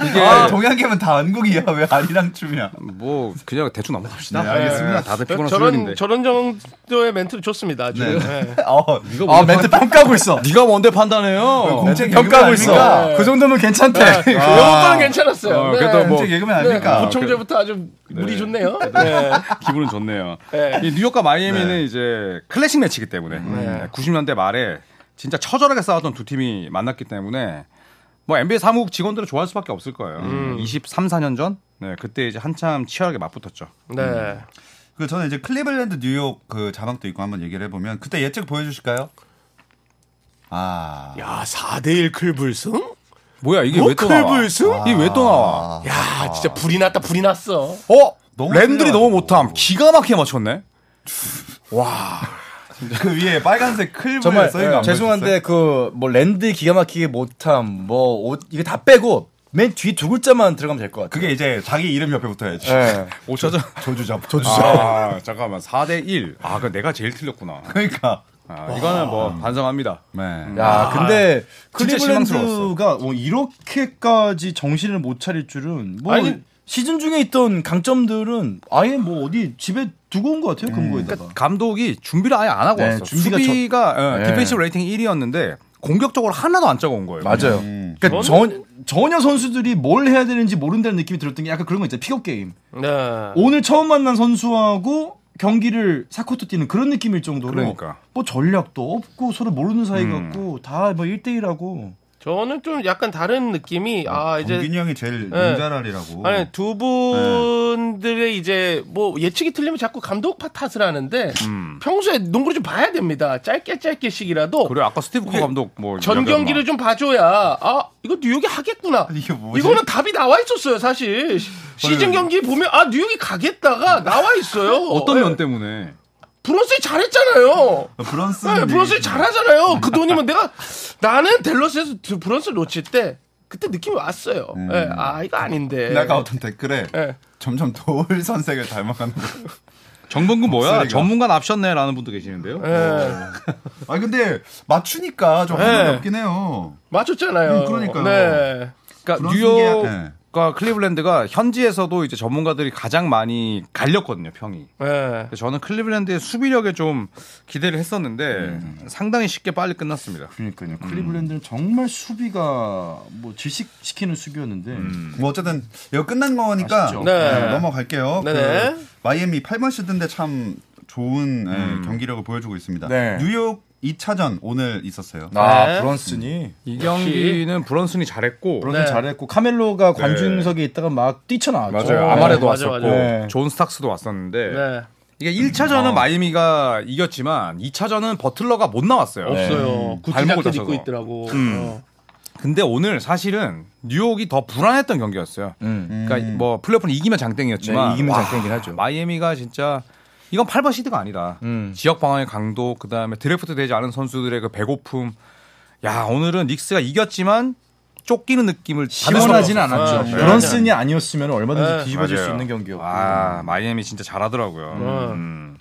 이게 아, 동양계면 다 한국이야. 왜 아리랑 춤이야? 뭐 그냥 대충 넘어갑시다. 네, 알겠습니다. 다들 피곤한 저런 수련인데. 저런 정도의 멘트 좋습니다. 아주. 네. 네. 어, 아 멘트 평가하고 있어. 네가 뭔데 판단해요? 공채 평가하고 개그맨 아닙니까? 네. 있어. 그 정도면 괜찮대. 요거는 그 괜찮았어요. 어, 네. 그래도 뭐 공채 개그맨 네, 아닙니까? 부총재부터 아주 물이 좋네요. 네. 기분은 좋네요. 네. 이 뉴욕과 마이애미는 네. 음. 이제 클래식 매치이기 때문에 90년대 말에 진짜 처절하게 싸웠던 두 팀이 만났기 때문에 뭐 NBA 사무국 직원들은 좋아할 수밖에 없을 거예요. 음. 23, 4년 전 네, 그때 이제 한참 치열하게 맞붙었죠. 네. 그 저는 이제 클리블랜드 뉴욕 그 자막도 있고 한번 얘기를 해보면 그때 예측 보여주실까요? 아, 야, 4대1 클불승? 뭐야 이게 뭐 왜 또 나와? 아. 클불승? 이게 왜 또 나와? 야, 진짜 불이 났다, 불이 났어. 어? 아. 너무 랜들이 틀려가지고. 너무 못함. 기가 막히게 맞췄네. 그 위에 빨간색 클블 정말 예, 써있는 거안 죄송한데 그 뭐 랜드 기가 막히게 못함 뭐 옷, 이거 다 빼고 맨 뒤 두 글자만 들어가면 될 것 같아. 그게 이제 자기 이름 옆에 붙어야지. 예. 5차전. 조주잡. 조주잡. 아, 잠깐만. 4대 1. 아, 그 내가 제일 틀렸구나. 그러니까. 아, 이거는 뭐 반성합니다. 네. 야, 아, 근데 진짜 클리블랜드가 어, 이렇게까지 정신을 못 차릴 줄은 뭐 아니. 시즌 중에 있던 강점들은 아예 뭐 어디 집에 두고 온 것 같아요 근거에다가. 그러니까 감독이 준비를 아예 안 하고 네, 왔어. 준비가 준비가 수비가 예, 네. 디펜시브 레이팅 1위였는데 공격적으로 하나도 안 짜고 온 거예요. 맞아요. 음. 그러니까 전, 전혀 선수들이 뭘 해야 되는지 모른다는 느낌이 들었던 게 약간 그런 거 있잖아요. 픽업 게임. 네. 오늘 처음 만난 선수하고 경기를 사코트 뛰는 그런 느낌일 정도로 그러니까. 뭐 전략도 없고 서로 모르는 사이 같고 다 뭐 1대1하고 저는 좀 약간 다른 느낌이, 아, 이제. 범균이 형이 제일 네. 능자랄이라고. 아니 두 분들의 이제 뭐 예측이 틀리면 자꾸 감독 파 탓을 하는데 평소에 농구를 좀 봐야 됩니다. 짧게 짧게씩이라도 그리고 아까 스티브 커 감독 뭐 전 경기를 좀 봐줘야 아 이거 뉴욕이 하겠구나. 이게 뭐지? 거는 답이 나와 있었어요 사실 시- 시즌 경기 보면 아 뉴욕이 가겠다가 나와 있어요. 어떤 면 네. 때문에 브론스 잘했잖아요. 브런스. 네, 브론스 잘하잖아요. 그 돈이면 내가 나는 델러스에서 브론스 놓칠 때 그때 느낌이 왔어요. 네, 아 이거 아닌데. 아까 어떤 댓글에 네. 점점 돌 선생을 닮아가는 거. 정범근 뭐야? 목소리가. 전문가 납셨네라는 분도 계시는데요. 네. 아 근데 맞추니까 좀 네. 한이 없긴 해요. 맞췄잖아요. 음, 그러니까요. 네. 그러니까 브론슨 뉴욕과 계약, 클리블랜드가 현지에서도 이제 전문가들이 가장 많이 갈렸거든요, 평이. 네. 그래서 저는 클리블랜드의 수비력에 좀 기대를 했었는데 음. 상당히 쉽게 빨리 끝났습니다. 그러니까요. 클리블랜드는 정말 수비가 뭐 질식시키는 수비였는데 뭐 어쨌든 이거 끝난 거니까 아쉽죠. 네. 네, 넘어갈게요. 네네. 그 마이애미 8번 시드인데 참 좋은 예, 경기력을 보여주고 있습니다. 네. 뉴욕 2차전 오늘 있었어요. 아 네. 브런슨이 이 경기는 브론슨이 잘했고 브런슨 네. 잘했고 카멜로가 관중석에 있다가 막 뛰쳐나왔죠. 네. 맞아요. 어, 아마레도 맞아, 왔었고 맞아. 네. 존 스탁스도 왔었는데 네. 이게 음. 1차전은 마이애미가 이겼지만 2차전은 버틀러가 못 나왔어요. 없어요. 구티장도 발목을 입고 다쳐서. 있더라고. 어. 근데 오늘 사실은 뉴욕이 더 불안했던 경기였어요. 음. 그러니까 뭐 플레이오프는 이기면 장땡이었지만 네, 이기면 와, 장땡이긴 하죠. 마이애미가 진짜 이건 8번 시드가 아니다. 음. 지역 방어의 강도, 그다음에 드래프트 되지 않은 선수들의 그 배고픔. 야 오늘은 닉스가 이겼지만 쫓기는 느낌을 받을 수가 시원하진 없었어요. 않았죠. 네. 브런슨이 아니었으면 얼마든지 네. 뒤집어질 수 아, 맞아요. 있는 경기였고. 아 마이애미 진짜 잘하더라고요. 음. 음.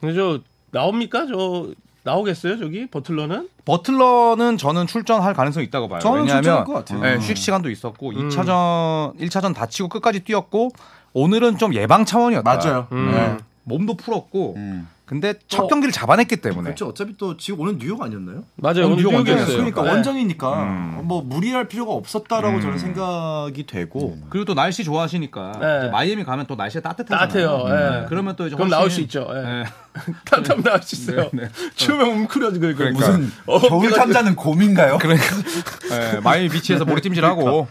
근데 저 나옵니까? 저 나오겠어요? 저기 버틀러는? 버틀러는 저는 출전할 가능성이 있다고 봐요. 저는 왜냐하면 출전할 것 같아요. 네, 휴식 시간도 있었고 2차전 1차전 다치고 끝까지 뛰었고 오늘은 좀 예방 차원이었다. 맞아요. 음. 네. 몸도 풀었고 음. 근데 첫 경기를 잡아냈기 때문에 그렇죠. 어차피 또 지금 오늘 뉴욕 아니었나요? 맞아요. 오늘 뉴욕 뉴욕이었어요. 완전했어요. 그러니까 네. 원정이니까 음. 뭐 무리할 필요가 없었다라고 저는 생각이 되고 그리고 또 날씨 좋아하시니까 네. 이제 마이애미 가면 또 날씨가 따뜻하잖아요. 따뜻해요. 예. 음. 그러면 또 이제 그럼 훨씬- 나올 수 있죠. 예. 예. 따뜻하면 나올 수 있어요. 추우면 웅크려지고 이거 그러니까. 무슨 겨울 참자는 곰인가요? 그러니까 예, 마이애미 비치에서 머리 찜질하고 어.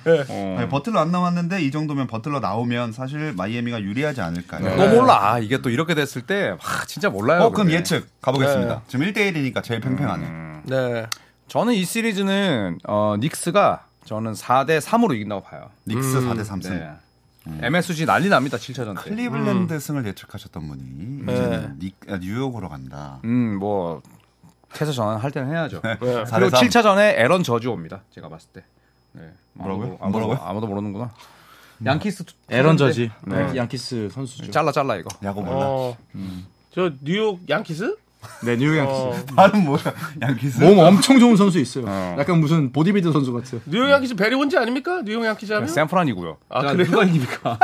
네, 버틀러 안 나왔는데 이 정도면 버틀러 나오면 사실 마이애미가 유리하지 않을까요? 또 몰라 아, 이게 또 이렇게 됐을 때 아, 진짜 몰라요. 네. 어, 그럼 근데. 예측 가보겠습니다. 지금 1대1이니까 제일 팽팽하네요. 네. 저는 이 시리즈는 어, 닉스가 저는 4대 3으로 이긴다고 봐요. 닉스 4대 3승. 네. MSG 난리 납니다 7차전 때. 클리블랜드 승을 예측하셨던 분이 이제는 닉- 아, 뉴욕으로 간다. 음뭐 태세 전환할 때는 해야죠. 네. 네. 그리고 4대 3. 7차전에 에런 저주 옵니다. 제가 봤을 때. 네. 뭐라고요? 아무도, 뭐라고요? 아무도 모르는구나. 양키스 투- 음. 에런 저지 네. 양키스 선수죠. 잘라 잘라 이거. 야구 몰라. 어. 저 뉴욕 양키스? 네, 뉴욕 양키스. 어. 다른 뭐야? 양키스. 몸 엄청 좋은 선수 아. 있어요. 어. 약간 무슨 보디빌더 선수 같아요. 뉴욕 양키스 베리 혼지 아닙니까? 뉴욕 양키스 하면? 네, 샌프란이고요. 아, 그래요? 누가 이깁니까?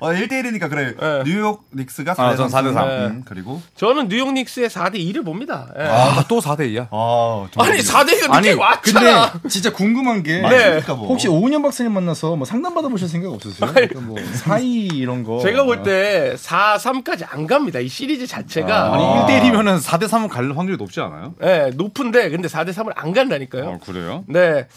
어, 1대1이니까 그래. 네. 뉴욕 닉스가 아, 4대 전 3. 4대 3. 음, 그리고 저는 뉴욕 닉스의 4대 2를 봅니다. 예. 아, 또 4대 2야. 아, 정말 아니 4대 2가 아니, 늦게 왔잖아. 근데 진짜 궁금한 게 네. 그러니까 뭐. 혹시 오은영 박사님 만나서 뭐 상담 받아보실 생각 없으세요? 그러니까 뭐 사이 이런 어. 거. 제가 볼 때 4, 3까지 안 갑니다. 이 시리즈 자체가 아니 1대 1이면은 4대 3은 갈 확률이 높지 않아요? 예, 높은데 근데 4대 3을 안 간다니까요. 어, 그래요? 네.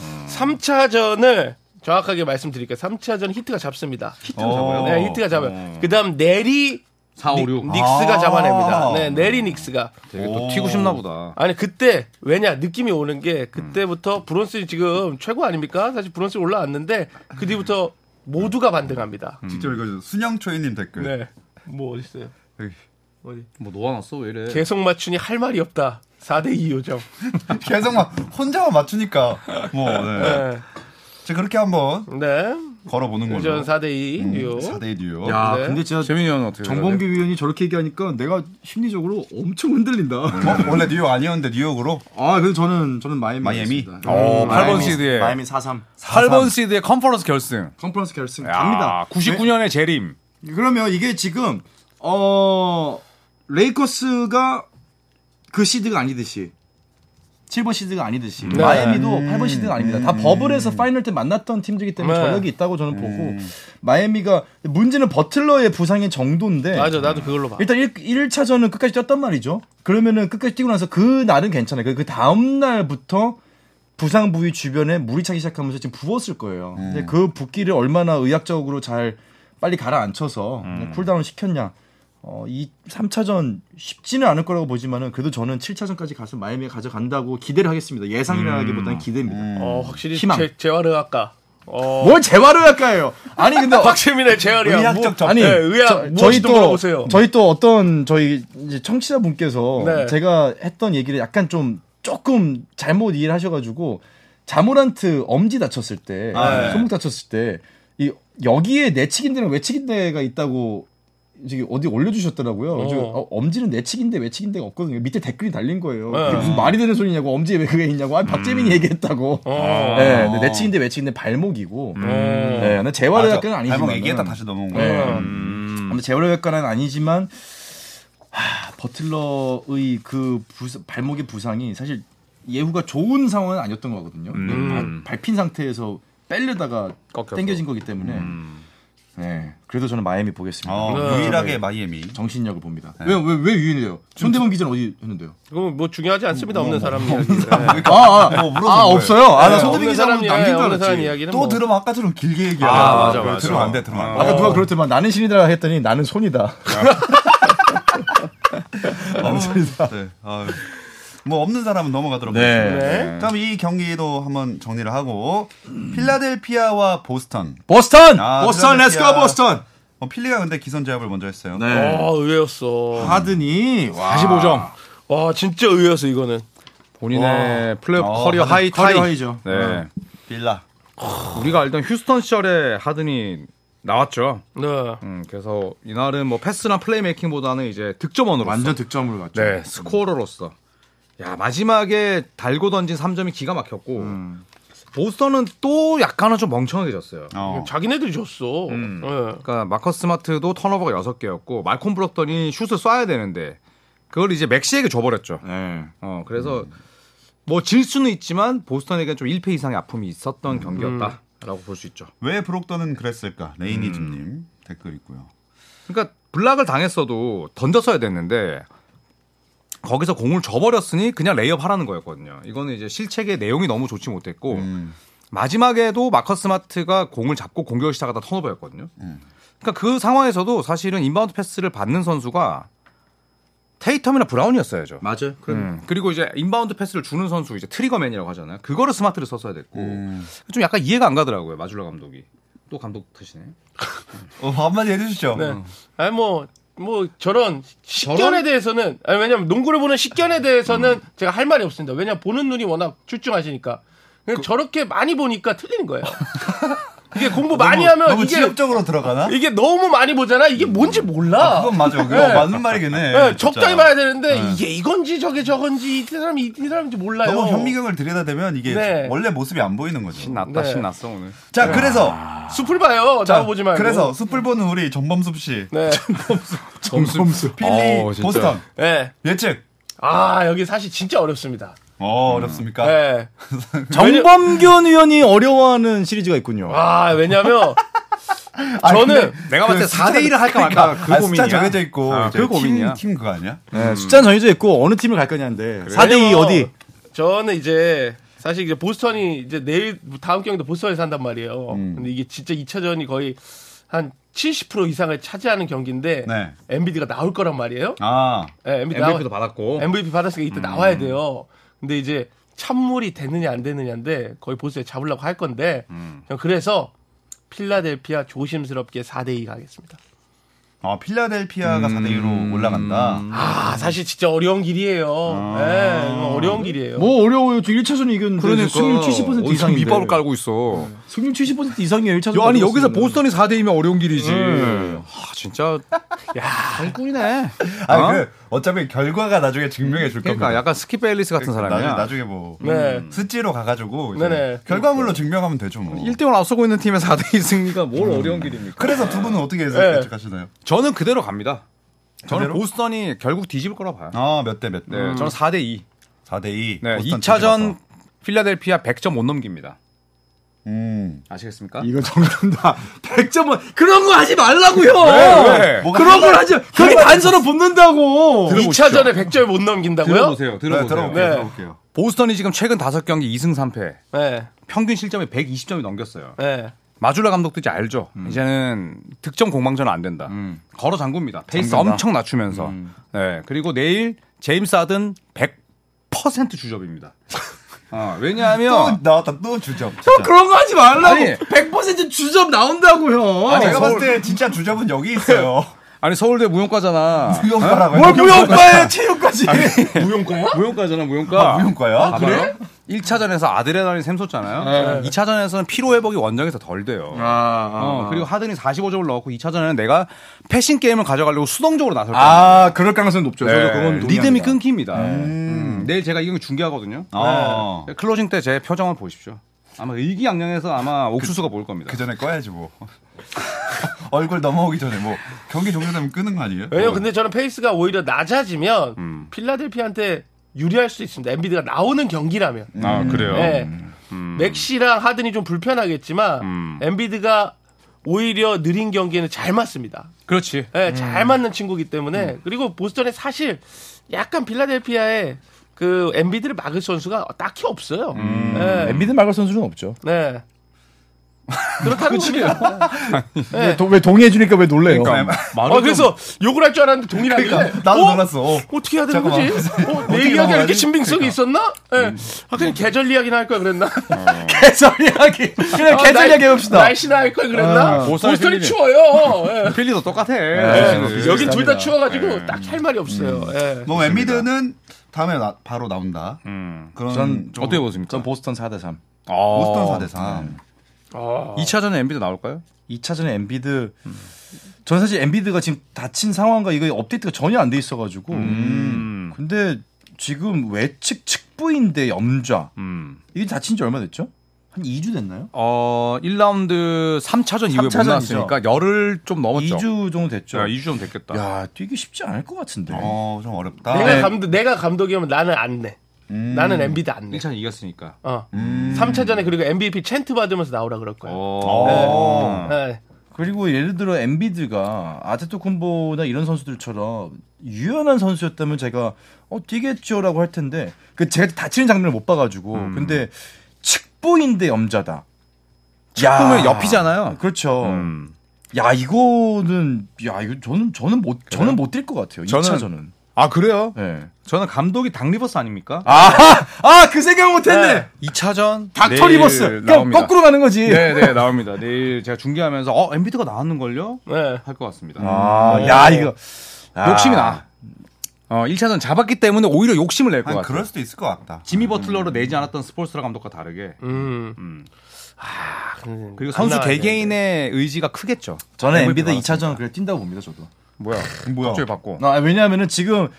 3차전을 정확하게 말씀드릴게요. 3차전 히트가 잡습니다. 히트가 잡아요? 네, 히트가 잡아요. 그다음 내리 4 5 6. 닉- 닉스가 아. 잡아냅니다. 네, 내리 닉스가. 되게 또 오. 튀고 싶나 보다. 아니 그때 왜냐 느낌이 오는 게 그때부터 브론슨이 지금 최고 아닙니까? 사실 브론슨이 올라왔는데 그 뒤부터 모두가 반등합니다. 직접 읽어줘. 순영초이님 댓글. 네. 뭐 어딨어요? 여기. 어디? 뭐 놓아놨어 왜 이래? 네. 계속 맞추니 할 말이 없다. 4대 2 요정. 계속 막 혼자만 맞추니까. 뭐, 네. 네. 자, 그렇게 한번 네. 걸어보는 걸로. 요전 4대 2 음, 뉴욕. 4대 뉴욕. 아, 네. 근데 진짜 재민이 형은 어떻게 정범규 위원이 저렇게 얘기하니까 내가 심리적으로 엄청 흔들린다. 어, 원래 뉴욕 아니었는데 뉴욕으로 아, 그래서 저는 저는 마이애미. 어, 마이애미? 하겠습니다. 네. 오, 마이애미. 8번 시드에 마이미 4-3. 8번 시드의 컨퍼런스 결승. 컨퍼런스 결승 야, 갑니다. 99년의 재림. 네, 그러면 이게 지금 어 레이커스가 그 시드가 아니듯이 7번 시드가 아니듯이 네. 마이애미도 8번 시드가 아닙니다. 다 버블에서 파이널 때 만났던 팀들이기 음. 때문에 네. 음. 전력이 있다고 저는 보고 마이애미가 문제는 버틀러의 부상의 정도인데 맞아, 나도 그걸로 봐. 일단 1, 차전은 끝까지 뛰었단 말이죠. 그러면은 끝까지 뛰고 나서 그 날은 괜찮아요. 그- 그 다음 날부터 부상 부위 주변에 물이 차기 시작하면서 지금 부었을 거예요. 근데 그 붓기를 얼마나 의학적으로 잘 빨리 가라앉혀서 쿨다운 시켰냐. 어, 이 3차전 쉽지는 않을 거라고 보지만은 그래도 저는 7차전까지 가서 마이애미 가져간다고 기대를 하겠습니다. 예상이라기보다는 기대입니다. 어, 확실히 희망. 뭐? 재, 재활의학과. 어, 뭘 재활을 할까요? 아니 근데 어- 박재민의 재활의학. 의학적 점. 아니 네, 의학 저, 희 무엇이든 또 물어보세요. 저희 또 어떤 저희 이제 청취자분께서 네. 제가 했던 얘기를 약간 좀 조금 잘못 이해를 하셔가지고 자모란트 엄지 다쳤을 때 아, 네. 손목 다쳤을 때 이 여기에 내측인대랑 외측인대가 있다고 저기 어디 올려주셨더라고요. 어. 그래서 어, 엄지는 내측인대 외측인대가 없거든요. 밑에 댓글이 달린 거예요. 네. 음. 그게 무슨 말이 되는 소리냐고 엄지에 왜 그게 있냐고 아 박재민이 얘기했다고. 어. 음. 네, 근데 내측인대 외측인대 발목이고. 네, 근데 재활의 학교는 아니지만. 발목 얘기했다 다시 넘어온 거. 네. 요 음. 아무튼 재활외과는 아니지만 하, 버틀러의 그 부상- 발목의 부상이 사실 예후가 좋은 상황은 아니었던 거거든요. 네, 발, 핀 상태에서 빼려다가 음. 꺾였고. 음. 당겨진 거기 때문에 네, 그래도 저는 마이애미 보겠습니다. 어, 아. 네. 유일하게 마이애미. 정신력을 봅니다. 네. 왜 왜 왜 유인해요? 손대범 기자는 어디 했는데요? 그건 뭐 중요하지 않습니다. 없는 사람 이야기. 네. 아, 뭐, 아, 아, 뭐 거예요. 없어요. 음, 아, 나 네, 손대범 없는 기자 사람 이야기, 남긴 줄 없는 사람 알았지. 이야기는 또 뭐. 들으면 아까처럼 길게 얘기하라. 아, 맞아, 맞아. 들으면 안 돼, 들으면 안 돼. 아까 누가 그랬더만 나는 신이다 했더니 나는 손이다. 아, 네. 아유. 뭐 없는 사람은 넘어가도록 하겠습니다. 네. 그럼 이 경기도 한번 정리를 하고 필라델피아와 보스턴. 보스턴! 아, 보스턴, 필라델피아. 렛츠고, 보스턴! 어, 필리가 근데 기선 제압을 먼저 했어요. 네. 아, 의외였어. 하든이, 와. 45점. 와, 진짜 의외였어, 이거는. 아, 본인의 플레이오프 어, 커리어 하이 타이. 아, 커리어 하이죠. 아. 네. 빌라. 우리가 알던 휴스턴 시절에 하든이 나왔죠. 네. 음, 그래서 이날은 뭐 패스나 플레이메이킹보다는 이제 득점원으로서 완전 득점으로 갔죠. 네, 스코어로서. 야, 마지막에 달고 던진 3점이 기가 막혔고 음. 보스턴은 또 약간은 좀 멍청하게졌어요. 어. 자기네들이 졌어. 음. 네. 그러니까 마커스 스마트도 턴오버가 6개였고 말콤 블럭더니 슛을 쏴야 되는데 그걸 이제 맥시에게 줘버렸죠. 네. 어, 그래서 뭐 질 수는 있지만 보스턴에게 좀 1패 이상의 아픔이 있었던 경기였다라고 볼 수 있죠. 왜 브록턴은 그랬을까? 레이니즘님 음. 댓글 있고요. 그러니까 블락을 당했어도 던졌어야 됐는데 거기서 공을 줘버렸으니 그냥 레이업 하라는 거였거든요. 이거는 이제 실책의 내용이 너무 좋지 못했고 음. 마지막에도 마커스 마트가 공을 잡고 공격을 시작하다 턴오버였거든요. 그러니까 그 상황에서도 사실은 인바운드 패스를 받는 선수가 테이텀이나 브라운이었어야죠. 맞아요. 그럼 음. 그리고 이제 인바운드 패스를 주는 선수 이제 트리거맨이라고 하잖아요. 그거를 스마트를 썼어야 됐고 좀 약간 이해가 안 가더라고요. 마줄라 감독이 또 감독 탓이네. 어, 한마디 해주시죠. 네. 아니, 뭐, 뭐, 저런, 식견에 대해서는, 아니, 왜냐면 농구를 보는 식견에 대해서는 음. 제가 할 말이 없습니다. 왜냐면 보는 눈이 워낙 출중하시니까. 그냥 저렇게 많이 보니까 틀리는 거예요. 이게 공부 많이 하면 너무 이게, 지역적으로 들어가나? 이게 너무 많이 보잖아? 이게 뭔지 몰라. 그건 맞아. 그거 네. 맞는 말이긴 해. 네, 진짜. 네. 적당히 말해야 되는데 이게 이건지 저게 저건지 이 사람이 이 사람인지 몰라요. 너무 현미경을 들여다대면 이게 네. 원래 모습이 안 보이는 거지. 신났다 네. 신났어 오늘. 자, 그래서 숲을 봐요. 자, 나와 보지 말고. 그래서 숯불 보는 우리 전범숲 씨, 네. 점수 어, 필리 보스턴 네. 예측. 아 여기 사실 진짜 어렵습니다. 어, 어렵습니까? 네. 정범균 의원이 어려워하는 시리즈가 있군요. 아 왜냐면 아니, 저는 근데 내가 봤을 때 4대 1을 할까 말까 그 아, 고민이야. 그 숫자 정해져 있고 아, 이제 그 고민이야. 팀, 팀 그거 아니야? 네, 숫자는 정해져 있고 어느 팀을 갈 거냐인데 4대2 어디? 저는 이제 사실 이제 보스턴이 이제 내일 다음 경기도 보스턴에서 한단 말이에요. 근데 이게 진짜 2차전이 거의 한 70% 이상을 차지하는 경기인데 네. MBD가 나올 거란 말이에요. 아, 네, MBD 나와- MVP도 받았고 MVP 받았으니까 이때 나와야 돼요. 근데 이제 찬물이 되느냐 안 되느냐인데 거의 보스에 잡으려고 할 건데 저는 그래서 필라델피아 조심스럽게 4대2 가겠습니다. 아 필라델피아가 4대 음. 2로 올라간다. 아 사실 진짜 어려운 길이에요. 아. 예, 이거 어려운 길이에요. 뭐 어려워요. 지금 1차전 이겼는데 그러니까 승률 70% 어디서 이상인데. 밑밥을 깔고 있어. 승률 70% 이상이에요. 1차전. 네. 야, 아니 여기서 보스턴이 4대이면 어려운 길이지. 아 진짜 야 꿀이네. 아니 어? 그 어차피 결과가 나중에 증명해 줄 그러니까 겁니다. 약간 스킵 벨리스 같은 사람이야. 나중에, 나중에 뭐 네. 스지로 가가지고 이제 네네. 결과물로 증명하면 되죠 뭐. 1대1 앞서고 있는 음. 팀의 4대2 승리가 뭘 어려운 길입니까? 그래서 두 분은 어떻게 네. 예측하시나요? 저는 그대로 갑니다. 저는 그대로? 보스턴이 결국 뒤집을 거라 봐요. 아, 몇 대 몇? 대? 네, 저는 4대2. 4대 2. 네, 2차전 필라델피아 100점 못 넘깁니다. 음. 네, 아시겠습니까? 이거 정답다. 100점은 그런 거 하지 말라고요. 왜? 뭐가 그런 걸 하나- 하지. 마- 그게 단서로 붙는다고. 들어보시죠. 2차전에 100점을 못 넘긴다고요? 들어보세요. 네, 들어보세요. 들어볼게요. 네. 들어볼게요. 보스턴이 지금 최근 5경기 2승 3패. 네. 평균 실점이 120점이 넘겼어요. 네. 마줄라 감독도 이제 알죠. 이제는 득점 공방전은 안 된다. 걸어 잠굽니다. 페이스 엄청 낮추면서. 네. 그리고 내일 제임스 아든 100% 주접입니다. 어, 또 왜냐하면 나왔다 또 주점. 진짜. 아, 그런 거 하지 말라고. 아니. 100% 주점 나온다고요. 아, 제가 봤을 때 진짜 주접은 여기 있어요. 아니 서울대 무용과잖아. 무용과라고 뭘 해요. 무용과예요, 체육까지. 무용과잖아 무용과. 아, 무용과야? 그래? 1차전에서 아드레날린 샘솟잖아요. 2차전에서는 피로 회복이 원정에서 덜 돼요. 아. 어, 그리고 하든이 45점을 넣었고 2차전에는 내가 패싱 게임을 가져가려고 수동적으로 나설 거예요. 아, 그럴 가능성이 높죠. 네, 저도 그건 리듬이 동의합니다. 끊깁니다. 음, 내일 제가 이거 중계하거든요. 아. 네. 클로징 때 제 표정을 보십시오. 아마 의기양양해서 아마 옥수수가 보일 겁니다. 그 전에 꺼야지 뭐. 얼굴 넘어오기 전에 뭐 경기 종료되면 끄는 거 아니에요? 뭐. 뭐. 왜냐면 근데 저는 페이스가 오히려 낮아지면 음. 필라델피아한테 유리할 수 있습니다. MBD가 나오는 경기라면. 아 그래요. 음. 네. 맥시랑 하든이 좀 불편하겠지만 엔비드가 오히려 느린 경기에는 잘 맞습니다. 그렇지. 음. 네, 잘 맞는 친구기 때문에 그리고 보스턴에 사실 약간 필라델피아에 그 음. 엔비드를 막을 선수가 딱히 없어요. 네. 엠비드 막을 선수는 없죠. 네. 그렇다는 겁니다. 네. 왜, 동- 왜 동의해주니까 왜 놀래요? 어, 그래서 욕을 할 줄 알았는데 동일하게. 그러니까 나도 어? 놀랐어. 어. 어떻게 해야 되는 잠깐만. 거지? 어, 내 이야기가 이렇게 신빙성이 있었나? 예. 아, 그냥 계절 이야기나 할 걸 그랬나? 계절 이야기. 그냥 어. 아, 계절 날- 이야기 해봅시다. 날씨나 할 걸 그랬나? 보스턴 보스턴이 필리핀. 추워요. 예. 필리도 예. 똑같아. 네. 예. 여긴 둘 다 추워가지고 딱 할 말이 없어요. 예. 뭐 웬미드는 다음에 나- 바로 나온다. 그런 전 좀 어떻게 보십니까? 음, 전 보스턴 4대 3. 보스턴 4대 3. 어. 아. 2차전에 엔비도 나올까요? 2차전에 엔비드 저는 사실 엔비드가 지금 다친 상황과 이거 업데이트가 전혀 안 돼 있어가지고 음. 근데 지금 외측 측부인데 염좌 음. 이게 다친 지 얼마 됐죠? 한 2주 됐나요? 어, 1라운드 3차전 이후에 못 3차전이죠. 나왔으니까 열흘 좀 넘었죠. 2주 정도 됐죠. 야, 2주 좀 됐겠다. 야, 뛰기 쉽지 않을 것 같은데. 어, 좀 어렵다. 네. 내가 감독 내가 감독이면 나는 안 내. 나는 엠비드 안 내. 1차전 이겼으니까. 어. 3차전에 그리고 MVP 챈트 받으면서 나오라 그럴 네. 거야. 어. 예. 그리고 예를 들어 엔비드가 아테토쿤보나 이런 선수들처럼 유연한 선수였다면 제가 어 뛰겠죠라고 할 텐데 그 제가 다치는 장면을 못 봐가지고 음. 근데 측보인데 염자다. 보면 옆이잖아요. 그렇죠. 음. 야 이거는 야 이거 저는 저는 못 저는 못 뛸 것 같아요. 저는- 2차전은. 아, 그래요? 예. 저는 감독이 닥 리버스 아닙니까? 아그 생각 못했네. 2차전 닥터 리버스. 그럼 거꾸로 가는 거지. 네, 네, 나옵니다. 내일 제가 중계하면서 어, 엔비드가 나왔는 걸요? 예. 할 것 같습니다. 아야 이거 아. 욕심이 나. 어, 1차전 잡았기 때문에 오히려 욕심을 낼 것 한 같아. 그럴 수도 있을 것 같다. 지미 버틀러로 내지 않았던 스포츠라 감독과 다르게 음. 음. 아, 근데 그리고 안 선수 나와야 되는데. 개개인의 의지가 크겠죠. 저는 MVP 엔비드 받았으니까. 2차전 그래 뛴다고 봅니다 저도. 뭐야? 뭐야? 갑자기 바꿔. 아, 왜냐하면은 지금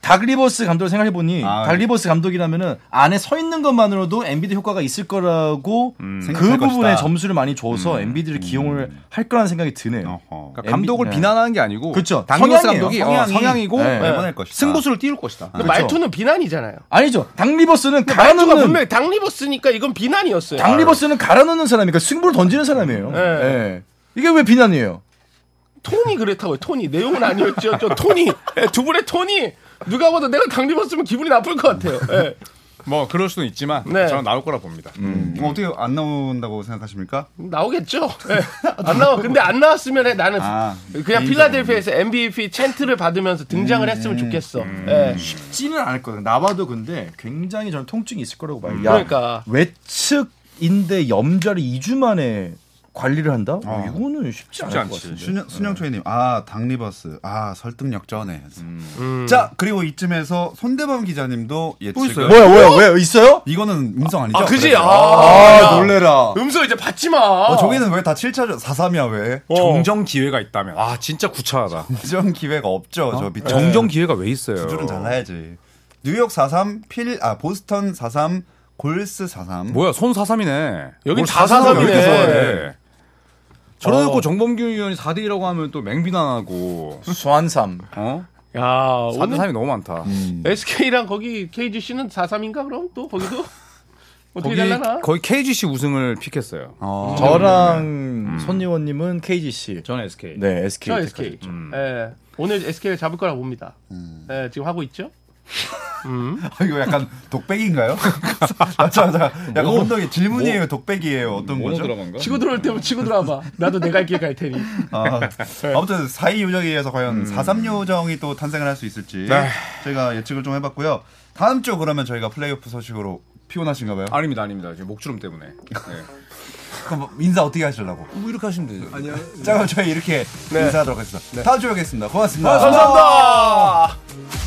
닥리버스 감독을 생각해보니 아, 닥리버스 감독이라면은 안에 서 있는 것만으로도 엔비드 효과가 있을 거라고 그 생각할 부분에 것이다. 점수를 많이 줘서 엔비드를 기용을 할 거라는 생각이 드네요. 어허. 그러니까 감독을 네. 비난하는 게 아니고 그렇죠. 닥 리버스 성향이에요. 감독이 성향이. 어, 성향이고 네. 네. 내보낼 것이다. 승부수를 띄울 것이다. 근데 말투는 비난이잖아요. 아니죠. 닥리버스는 말투가 갈아넣는 분명히 당리버스니까 이건 비난이었어요. 닥리버스는 갈아넣는 사람이니까 승부를 던지는 사람이에요. 네. 예. 이게 왜 비난이에요? 아, 톤이 그랬다고요. 톤이 내용은 아니었죠. 저 톤이 예, 두 분의 톤이 누가 봐도 내가 당리버스면 기분이 나쁠 것 같아요. 예. 뭐 그럴 수는 있지만 네. 저는 나올 거라 봅니다. 음. 뭐 어떻게 안 나온다고 생각하십니까? 나오겠죠. 예. 안 나와. 근데 안 나왔으면 해. 나는 아, 그냥 개인적으로. 필라델피아에서 MVP 챈트를 받으면서 등장을 했으면 좋겠어. 예. 찌는 않을 거예요. 나봐도 근데 굉장히 저는 통증이 있을 거라고 봐요. 야, 그러니까 외측인데 염좌를 2주 만에 관리를 한다? 어, 어. 이거는 쉽지 않을 것 않지. 같은데. 네. 순영, 순영 초이님, 아, 당리버스. 아, 설득력 전에. 음. 자, 그리고 이쯤에서 손대범 기자님도 예측을. 뭐야 뭐야 왜 있어요? 이거는 음성 아니죠? 아 그지. 그래서. 아, 야. 아. 놀래라. 음소 이제 받지 마. 어, 저기는 왜 다 7차죠? 4-3이야, 왜? 어. 정정 기회가 있다면 아 진짜 구차하다. 네. 정정 기회가 없죠, 어? 저 네. 밑에. 정정 기회가 왜 있어요? 두 줄은 달라야지. 뉴욕 4-3, 필, 아, 보스턴 4-3, 골스 4-3. 뭐야 손 사삼이네. 여긴 뭘 다 사삼이라고 뭐 사삼이네. 이렇게 써야 돼. 저러다 어. 놓고 정범규 의원이 4대1이라고 하면 또 맹비난하고 수완삼. 어? 야 아, 오늘 음. 4대3이 너무 많다. SK랑 거기 KGC는 4-3인가 그럼 또 거기도 거기, 어떻게 달라나? 거의 KGC 우승을 픽했어요. 아. 어. 저랑 음. 손예원님은 KGC. 전 SK. 네 SK. 저 SK. 음. 예. 오늘 SK를 잡을 거라 봅니다. 예, 지금 하고 있죠? 아, 이거 약간 독백인가요? 아, 자, 자, 약간 혼동이 질문이에요, 독백이에요, 어떤 뭐로 거죠? 들어간가? 치고 들어올 때면 치고 들어와봐. 나도 내가 할 기회 갈 테니. 아, 아무튼 4위 요정에 의해서 과연 4-3 요정이 또 탄생을 할 수 있을지 저희가 예측을 좀 해봤고요. 다음 주 그러면 저희가 플레이오프 소식으로 피곤하신가 봐요. 아닙니다, 아닙니다. 지금 목주름 때문에. 네. 그럼 인사 어떻게 하시려고? 네. 뭐 이렇게 하시면 되죠. 아니요. 자, 그럼 저희 이렇게 인사하도록 하겠습니다. 다음 주에 뵙겠습니다. 고맙습니다. 감사합니다.